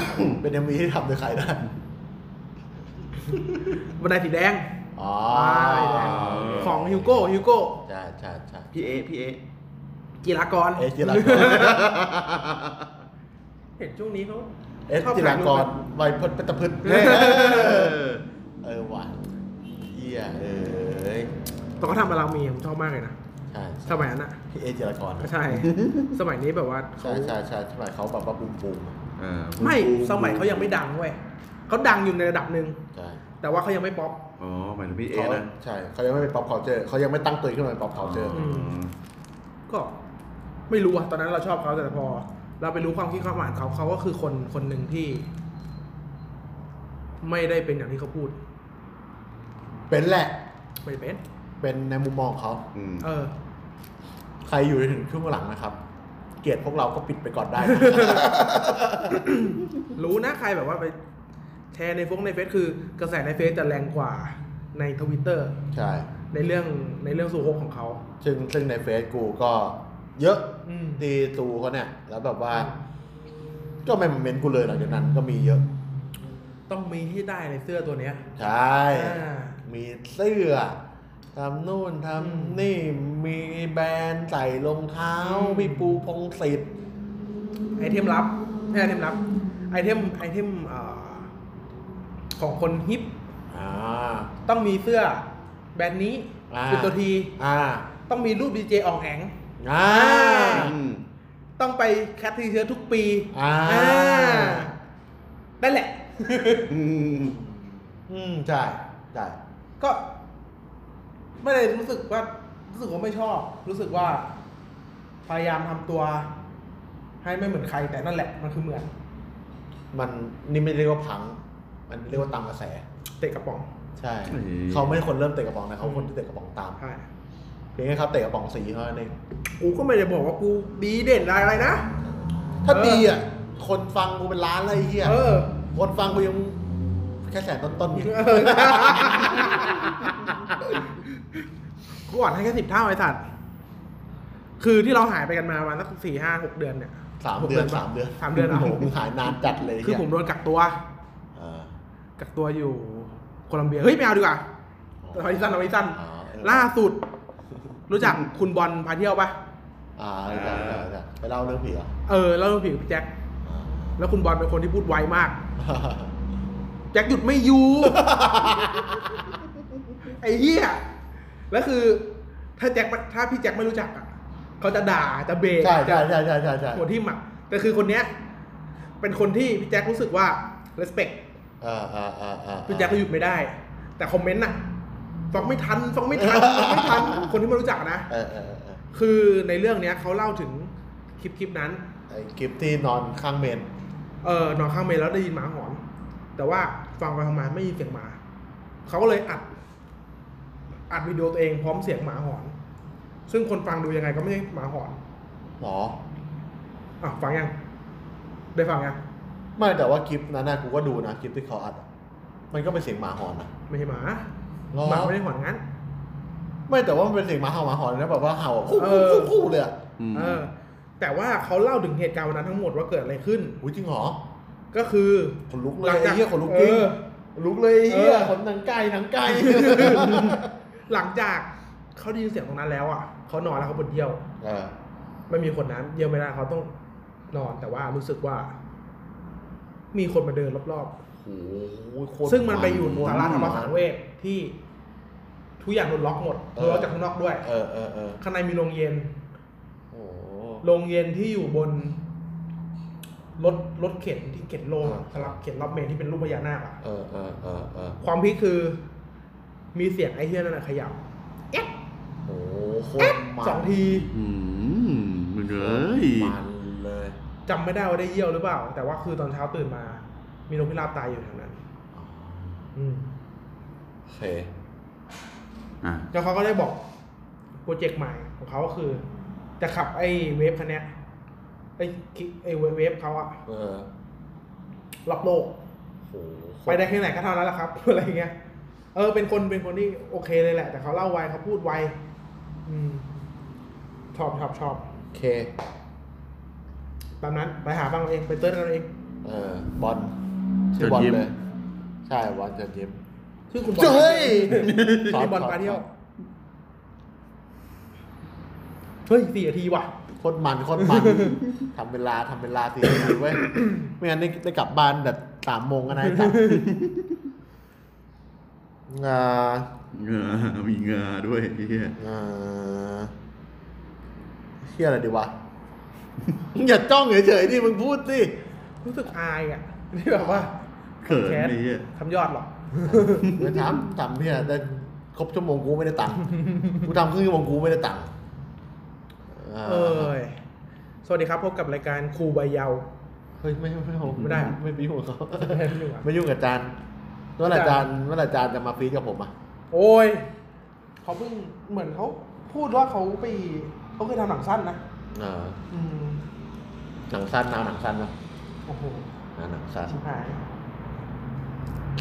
เป็นเอ็มวีที่ทำโดยใครนะ
บันไดสีแดง
อ๋อ
ของฮิวโก้ฮิวโก้
ใช่ใช่ใช่
พี่เอะพี่เอะ
กีฬากร
เอสจิรากร
เห็นช่วงนี้เขา
เอสจิรากรวัยพจน์ปัตตพฤกษ์เนี่ยเออว่ะเยี่ยเอ้ย
ตอนเขาทำบารามีผมชอบมากเลยนะ
ใช่
สมัยนั้นอ่ะ
พี่เอสจิรากร
ใช่ สมัยนี้แบบว่าเขา
ใช่ใช่ใช่สมัยเขาแบบว่าบูมบูมอะ
เออ
ไม่ สมัยเขายังไม่ดังเว้ยเขาดังอยู่ในระดับหนึ่ง
ใช่
แต่ว่าเขายังไม่ป๊อป
อ๋อหมายถึงพี่เอะ
เขา
นะ
ใช่เขายังไม่เป็น pop culture เขายังไม่ตั้งตัวขึ้นมาเป็น pop culture
ม ก็ไม่รู้อะตอนนั้นเราชอบเขาแต่พอ เราไปรู้ความคิดความอ่านเขาเขาก็คือคนคนหนึ่งที่ ไม่ได้เป็นอย่างที่เขาพูด
เป็นแหละ
ไม่ได้เป็น
เป็นในมุมมองของเขา
อืม
เออ
ใครอยู่ถึงช่วงหลังนะครับ เกลียดพวกเราก็ปิดไปก่อนได้นะ
รู้นะใครแบบว่าไปแชร์ในฟงในเฟซคือกระแสในเฟซจะแรงกว่าในทวิตเตอร์
ใช่
ในเรื่องในเรื่องสู่หกของเขา
ซึ่งซึ่งในเฟซกูก็เยอะ
อืม
ดีตูเขาเนี่ย แล้วแบบว่า ก็ไม่มาเมนต์กูเลยหลังจากนั้นก็มีเยอะ
ต้องมีที่ได้ในเสื้อตัวเนี้ย
ใช่
อ่า
มีเสื้อทำนู่นท
อืม
ำนี่ มีแบรนด์ใส่รองเท้า
อืม
พี่ปูพงศิษฐ์
ไอเทมลับไม่ใช่ไอเทมลับ ไอเทมไอเทมเอ่อของคนฮิป
อ่า
ต้องมีเสื้อแบรนด์นี้
อ่า
เป็นตัวที
อ่า
ต้องมีรูปดีเจอ่องแอง
อ่า
อืม
ต้องไปแคททีเชื้อทุกปี
อ่า
นั่นแหละ
อืม
อืมใช่ใช่
ก็ ไม่ได้รู้สึกว่า รู้สึกว่าไม่ชอบ รู้สึกว่า พยายามทำตัว ให้ไม่เหมือนใครแต่นั่นแหละ มันคือเหมือน
มันนี่ไม่เรียกว่าพัง มันเรียกว่าตามกระแส
เตะกระป๋อง
ใช่ เขาไม่ได้คนเริ่มเตะกระป๋องนะเขาคนที่เตะกระป๋องตาม
ใช่
เพียงแค่เขาเตะกระป๋องสีเท่านั้นเอง
กูก็ไม่ได้บอกว่ากูดีเด่นอะไรนะ
ถ้า
เออ
ดีอ่ะ คนฟังกูเป็นล้านเลยไอ้เฮีย
เออ
คนฟังกูยังแค่แสนต้นๆอยู่
กูอ่อนให้แค่สิบเท่าไอ้สัตว์ คือที่เราหายไปกันมาประมาณสักสี่ห้าหกเดือนเนี่ย
สาม
หก
เดือน
ปะ
สามเดือน
สามเดือนเหร
โอ้โห
อ่ะ
มึงหายนานจัดเลยไเหี้ย
คือผมโดนกักตัว
อ่า
กักตัวอยู่โคลัมเบีย เฮ้ยไม่เอาดีกว่าเอาไว้สั้นเอาไว้สั้น
อ๋อเออ
ล่าสุด รู้จักคุณบอลพาเที่ยวปะ
อ่ารู้จักรู้จักรู้จักไปเล่าเรื่องผีเหรอ
เออแล้วเราผิวพี่แจ็ค
อ่า
แล้วคุณบอลเป็นคนที่พูดไวมาก แจ็คหยุดไม่อยู่ ไอ้เหี้ย แล้วคือ ถ้าแจ็คถ้าพี่แจ็คไม่รู้จักอ่ะเขาจะด่าจะเบรก
ใช่ใช่
จะ
ใช่ใช่ใช่ใช่
หัวทิ่มอ่ะแต่คือคนเนี้ย เป็นคนที่พี่แจ็ครู้สึกว่า respect
อ่าอ่าอ่าอ่า
พี่แจ็คก็หยุดไม่ได้ แต่คอมเมนต์น่ะฟังไม่ทันฟังไม่ทันฟังไม่ทัน คนที่ไม่รู้จักนะ
เออเออเออ
คือในเรื่องเนี้ยเขาเล่าถึงคลิปคลิปนั้น
ไอ้คลิปที่นอนข้างเมน
เออนอนข้างเมนแล้วได้ยินหมาหอน แต่ว่าฟังไปฟังมาไม่ยินเสียงหมา เขาก็เลยอัด อัดวิดีโอตัวเองพร้อมเสียงหมาหอน ซึ่งคนฟังดูยังไงก็ไม่ใช่หมาหอน
หรอ
อ่ะฟังยัง ได้ฟังยัง
ไม่แต่ว่าคลิปนั้นนะกูก็ดูนะคลิปที่เขาอัดอะมันก็เป็นเสียงหมาหอนนะ
ไม่ใช่หมา
หรอ
หมาไม่ได้หอนงั้น
ไม่แต่ว่ามันเป็นเสียงหมาเห่าหมาหอนนะแบบว่าเห่าคู่
เอ
คู่
อ
คู่คู่เลยอ่ะ
อืม
เออ แต่ว่าเขาเล่าถึงเหตุการณ์วันนั้นทั้งหมดว่าเกิดอะไรขึ้น
อุ้ยจริงเหรอ
ก็คือ
ขนลุกเล
หลั
ย
งจาก
ไอ้เหี้ยขนลุกจริง
เออ
ขนลุกเลยไอ้เหี้ย
เออ
ขนหนังไก่หนั งไก่
หลังจากเขาได้ยินเสียงตรงนั้นแล้วอ่ะเขานอนแล้วเขาปวดเยี่ยว
เออ
ไม่มีคนนั้นเยี่ยวไม่ได้เขาต้องนอนแต่ว่ารู้สึกว่า มีคนมาเดินรอบ
โอ้โหโคตร
ๆ ซึ่งมันไปอยู่
มัน
สาราธรรมสังเวชที่ทุกอย่างโดนล็อกหมด
เออ
ล็อกจากข้างนอกด้วย
เออเออเออ
ข้างในมีโรงเย็น
โอ้โห
โรงเย็นที่อยู่บนรถรถเข็นที่เข็นโลงอะ
อ่า
สลับเข็นรอบเมนที่เป็นรูปพญานาคอะ
เออเออเออเออ
ความพีคคือมีเสียงไอ้เฮี้ยนั่นนะขยับเอ๊ะ
โอ้โหโคตรมัน
สองที
อืมมึงเอ้ย
มันเลย
จำไม่ได้ว่าได้เยี่ยวหรือเปล่า แต่ว่าคือตอนเช้าตื่นมา มีนกพิราบตายอยู่แถวนั้น อืม
โอเค
อ่ะ
แล้วเขาก็ได้บอกโปรเจกต์ใหม่ของเขาก็คือ จะขับไอ้เวฟคันเนี้ยไอ้คิไอ้เวฟเขาอะ
เออ
รอบโลก
โหโคตร
ไปได้แค่ไหนก็เท่านั้นแหละครับ อะไรเงี้ย เออ เป็นคนเป็นคนที่โอเคเลยแหละ แต่เขาเล่าไวเขาพูดไวอืมชอบชอบชอบ
โอเค
ตามนั้นไปหาฟังเอาเองไปเติร์ดเอาเอง
เออบอลชื่อบอลเลย ใช่บอลเจะยิ้ม
ชื่อคุณบอล
เจ้ย
ชื่อคุณบอลปาเที่ยวเฮ้ยสี่นาทีว่ะ
โคตรมันโคตรมันทำเวลาทำเวลาสี่นาทีเว้ย ไม่งั้นได้ได้กลับบ้านแบบสามโมงกันนะไอ้สัสงา
เหงามีเหงาด้วยไอ้เหี้ย
งาเฮียอะไรดีวะ อย่าจ้องเฉยๆดิมึงพูดสิ
รู้สึกอายอ่ะ ที่แบบว่า
เขินไอ้เหี้ย
ทำยอดเหรอ
ไม่ถามถามเนี่ยได้ครบชั่วโมงกูไม่ได้ตังค์กูทำครึ่งชั่วโมงกูไม่ได้ตังค์อ่า
เอ้ย สวัสดีครับพบกับรายการครูใบเยาว์
เฮ้ยไม่ไม่ผม
ไม่ได้เหรอ
ไม่ไปยุ่งกับเขา
ไม่ได้อยู่อ่ะ
ไม่ยุ่งกับอาจารย์เมื่อไหร่อาจารย์เมื่อไหร่อาจารย์จะมาฟีดกับผมอ่ะ
โอ้ย เขาเพิ่งเหมือนเขาพูดว่าเขาไปเขาเคยทำหนังสั้นนะ
เออ
อืม
หนังสั้นนะหนังสั้นนะ
โอ้โห
อ่าหนังสั้น
ชิบหาย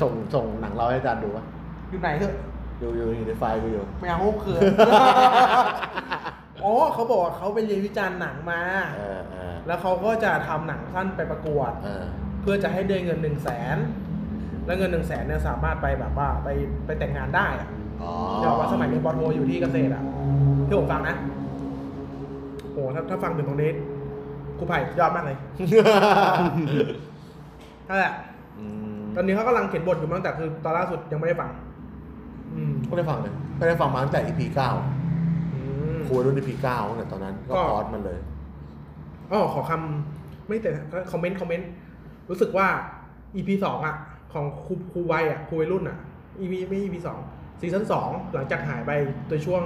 ส่งส่งหนังเราให้อาจารย์ดูป่ะ
อยู่ไหนเถอะ
อยู่อยู่อยู่ในไฟล์กูอยู่
ไม่เอาเขิน อ๋อเขาบอกว่าเขาไปเรียนวิจารณ์หนังมา
เออเออ
แล้วเขาก็จะทำหนังสั้นไปประกวด
เออ
เพื่อจะให้ได้เงินหนึ่งแสนแล้วเงินหนึ่งแสนเนี่ยสามารถไปแบบว่าไปไปแต่งงานได้อะ
อ๋อ
จะว่าสมัยเรียนบอลโทอยู่ที่เกษตรอ่ะที่ผมฟังนะโอ้ถ้าถ้าฟังถึงตรงนี้ครูไผ่ยอดมากเลยนั่นแหละ
อืม
ตอนนี้เขากำลังเขียนบทอยู่มั้งแต่คือตอนล่าสุดยังไม่ได้ฟัง อืม
ไม่ได้ฟังเลยไม่ได้ฟังมาตั้งแต่ EP 9
อืม
ครูวัยรุ่น EP 9ตั้งแต่ตอนนั้นก็
ก็
พอดมันเลย
อ๋อขอคำไม่แต่คอมเมนต์คอมเมนต์รู้สึกว่า EP สองอ่ะ ของครูครูวัยอ่ะครูวัยรุ่นอ่ะ EP ไม่ EP สองซีซั่นสองหลังจากหายไปโดยช่วง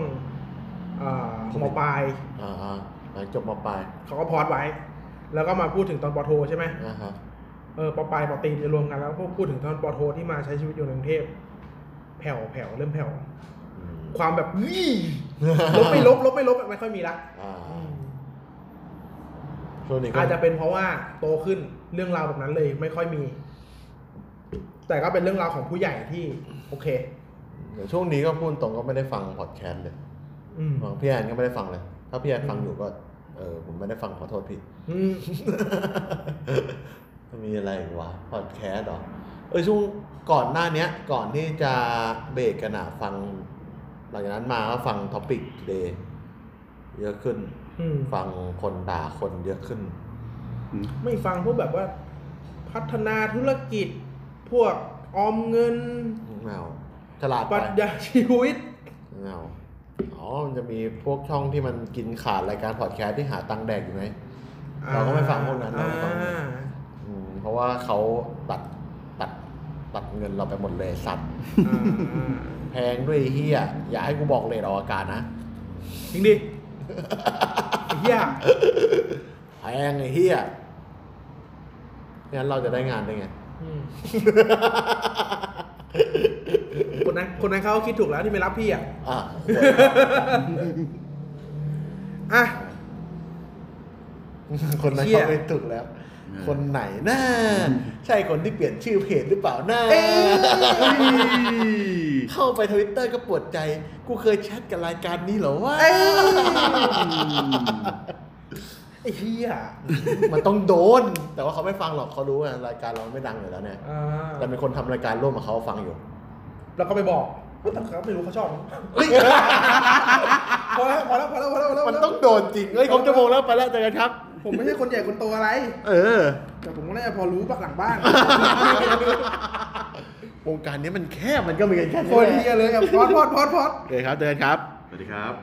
เอ่อ
โควิด
มปลาย
อ่าอ่าหลังจบมาปลาย
เขาก็พอดไว้ แล้วก็มาพูดถึงตอนปอโทใช่ไหม
อ่าฮะ
เออปอปลายปอตรีจะรวมกันแล้วก็พูดถึงตอนปอโทที่มาใช้ชีวิตอยู่ในกรุงเทพแผ่วแผ่วเริ่มแผ่ว
อืม
ความแบบ อี้ลบไม่ลบลบไม่ลบไม่ค่อยมีละ
อ่าช่วงนี้ก็
อาจจะเป็นเพราะว่าโตขึ้นเรื่องราวแบบนั้นเลยไม่ค่อยมี แต่ก็เป็นเรื่องราวของผู้ใหญ่ที่โอเค
เดี๋ยวช่วงนี้ก็พูดตรงก็ไม่ได้ฟังพอดแคสต์เลย
อืม
ฟังพี่แอนก็ไม่ได้ฟังเลย ถ้าพี่แอนฟังอยู่ก็ เออผมไม่ได้ฟังขอโทษพี่
อืม
มีอะไรอีกวะพอดแคสต์เหรอ เออช่วงโห ก่อนหน้าเนี้ยก่อนที่จะเบรกกันอะฟัง หลังจากนั้นมาก็ฟังท็อปิกเดย์เยอะขึ้น
อืม
ฟังคนด่าคนเยอะขึ้น
ไม่ฟังพวกแบบว่า พัฒนาธุรกิจ พวกออมเงิน
ไม่เอาฉลาด
ป
ไป
รัชญาชีวิต
ไม่เอาอ๋อ มันจะมีพวกช่องที่มันกินขาดรายการพอดแคสต์ที่หาตังค์แดกอยู่ไหม เราก็ไม่ฟังพวกนั้นเราไม่ฟัง
อ่า
อืมเพราะว่าเขาตัดตัดตัดเงินเราไปหมดเลยสัตว์
อ่า
แพงด้วยไอ้เฮียอย่าให้กูบอกเลยออกอากาศนะ
จริงดิไอ้เฮีย
แพงไอ้เฮียงั้นเราจะได้งานได้ไง
อืมคนนั้นคนนั้นเขาคิดถูกแล้วที่ไม่รับพี่อ่ะ
อ่ะ
อ่ะ
คนนั้น
เหี้ย
เขาไม่ถูกแล้ว คนไหนน่าใช่คนที่เปลี่ยนชื่อเพจหรือเปล่าน่า เข้าไปทวิตเตอร์ก็ปวดใจ กูเคยแชทกับรายการนี้เหรอวะ
เอ้ยไอ้เฮีย
มันต้องโดน แต่ว่าเขาไม่ฟังหรอกเขารู้ว่ารายการเราไม่ดังอยู่แล้วเนี่ย
อ่า
แต่เป็นคนทำรายการร่วมกับเขาฟังอยู่
แล้วก็ไปบอกแต่เขาไม่รู้เขาชอบพอแล้วพอแล้วพอแล้วพอแล้วพอแล้ว
มันต้องโดนจริงเอ้ยครบชั่วโมงแล้วไปแล้วเจอกันครับ
ผมไม่ใช่คนใหญ่คนโตอะไร
เออ
แต่ผมก็น่าจะพอรู้หลังบ้าน
วงการนี้มันแคบมันก็มีกันแค่
คนเฮียเลยอ่ะพอดพอดพอดพอด
โอเคครับเจอกันครับ
สวัสดีครับ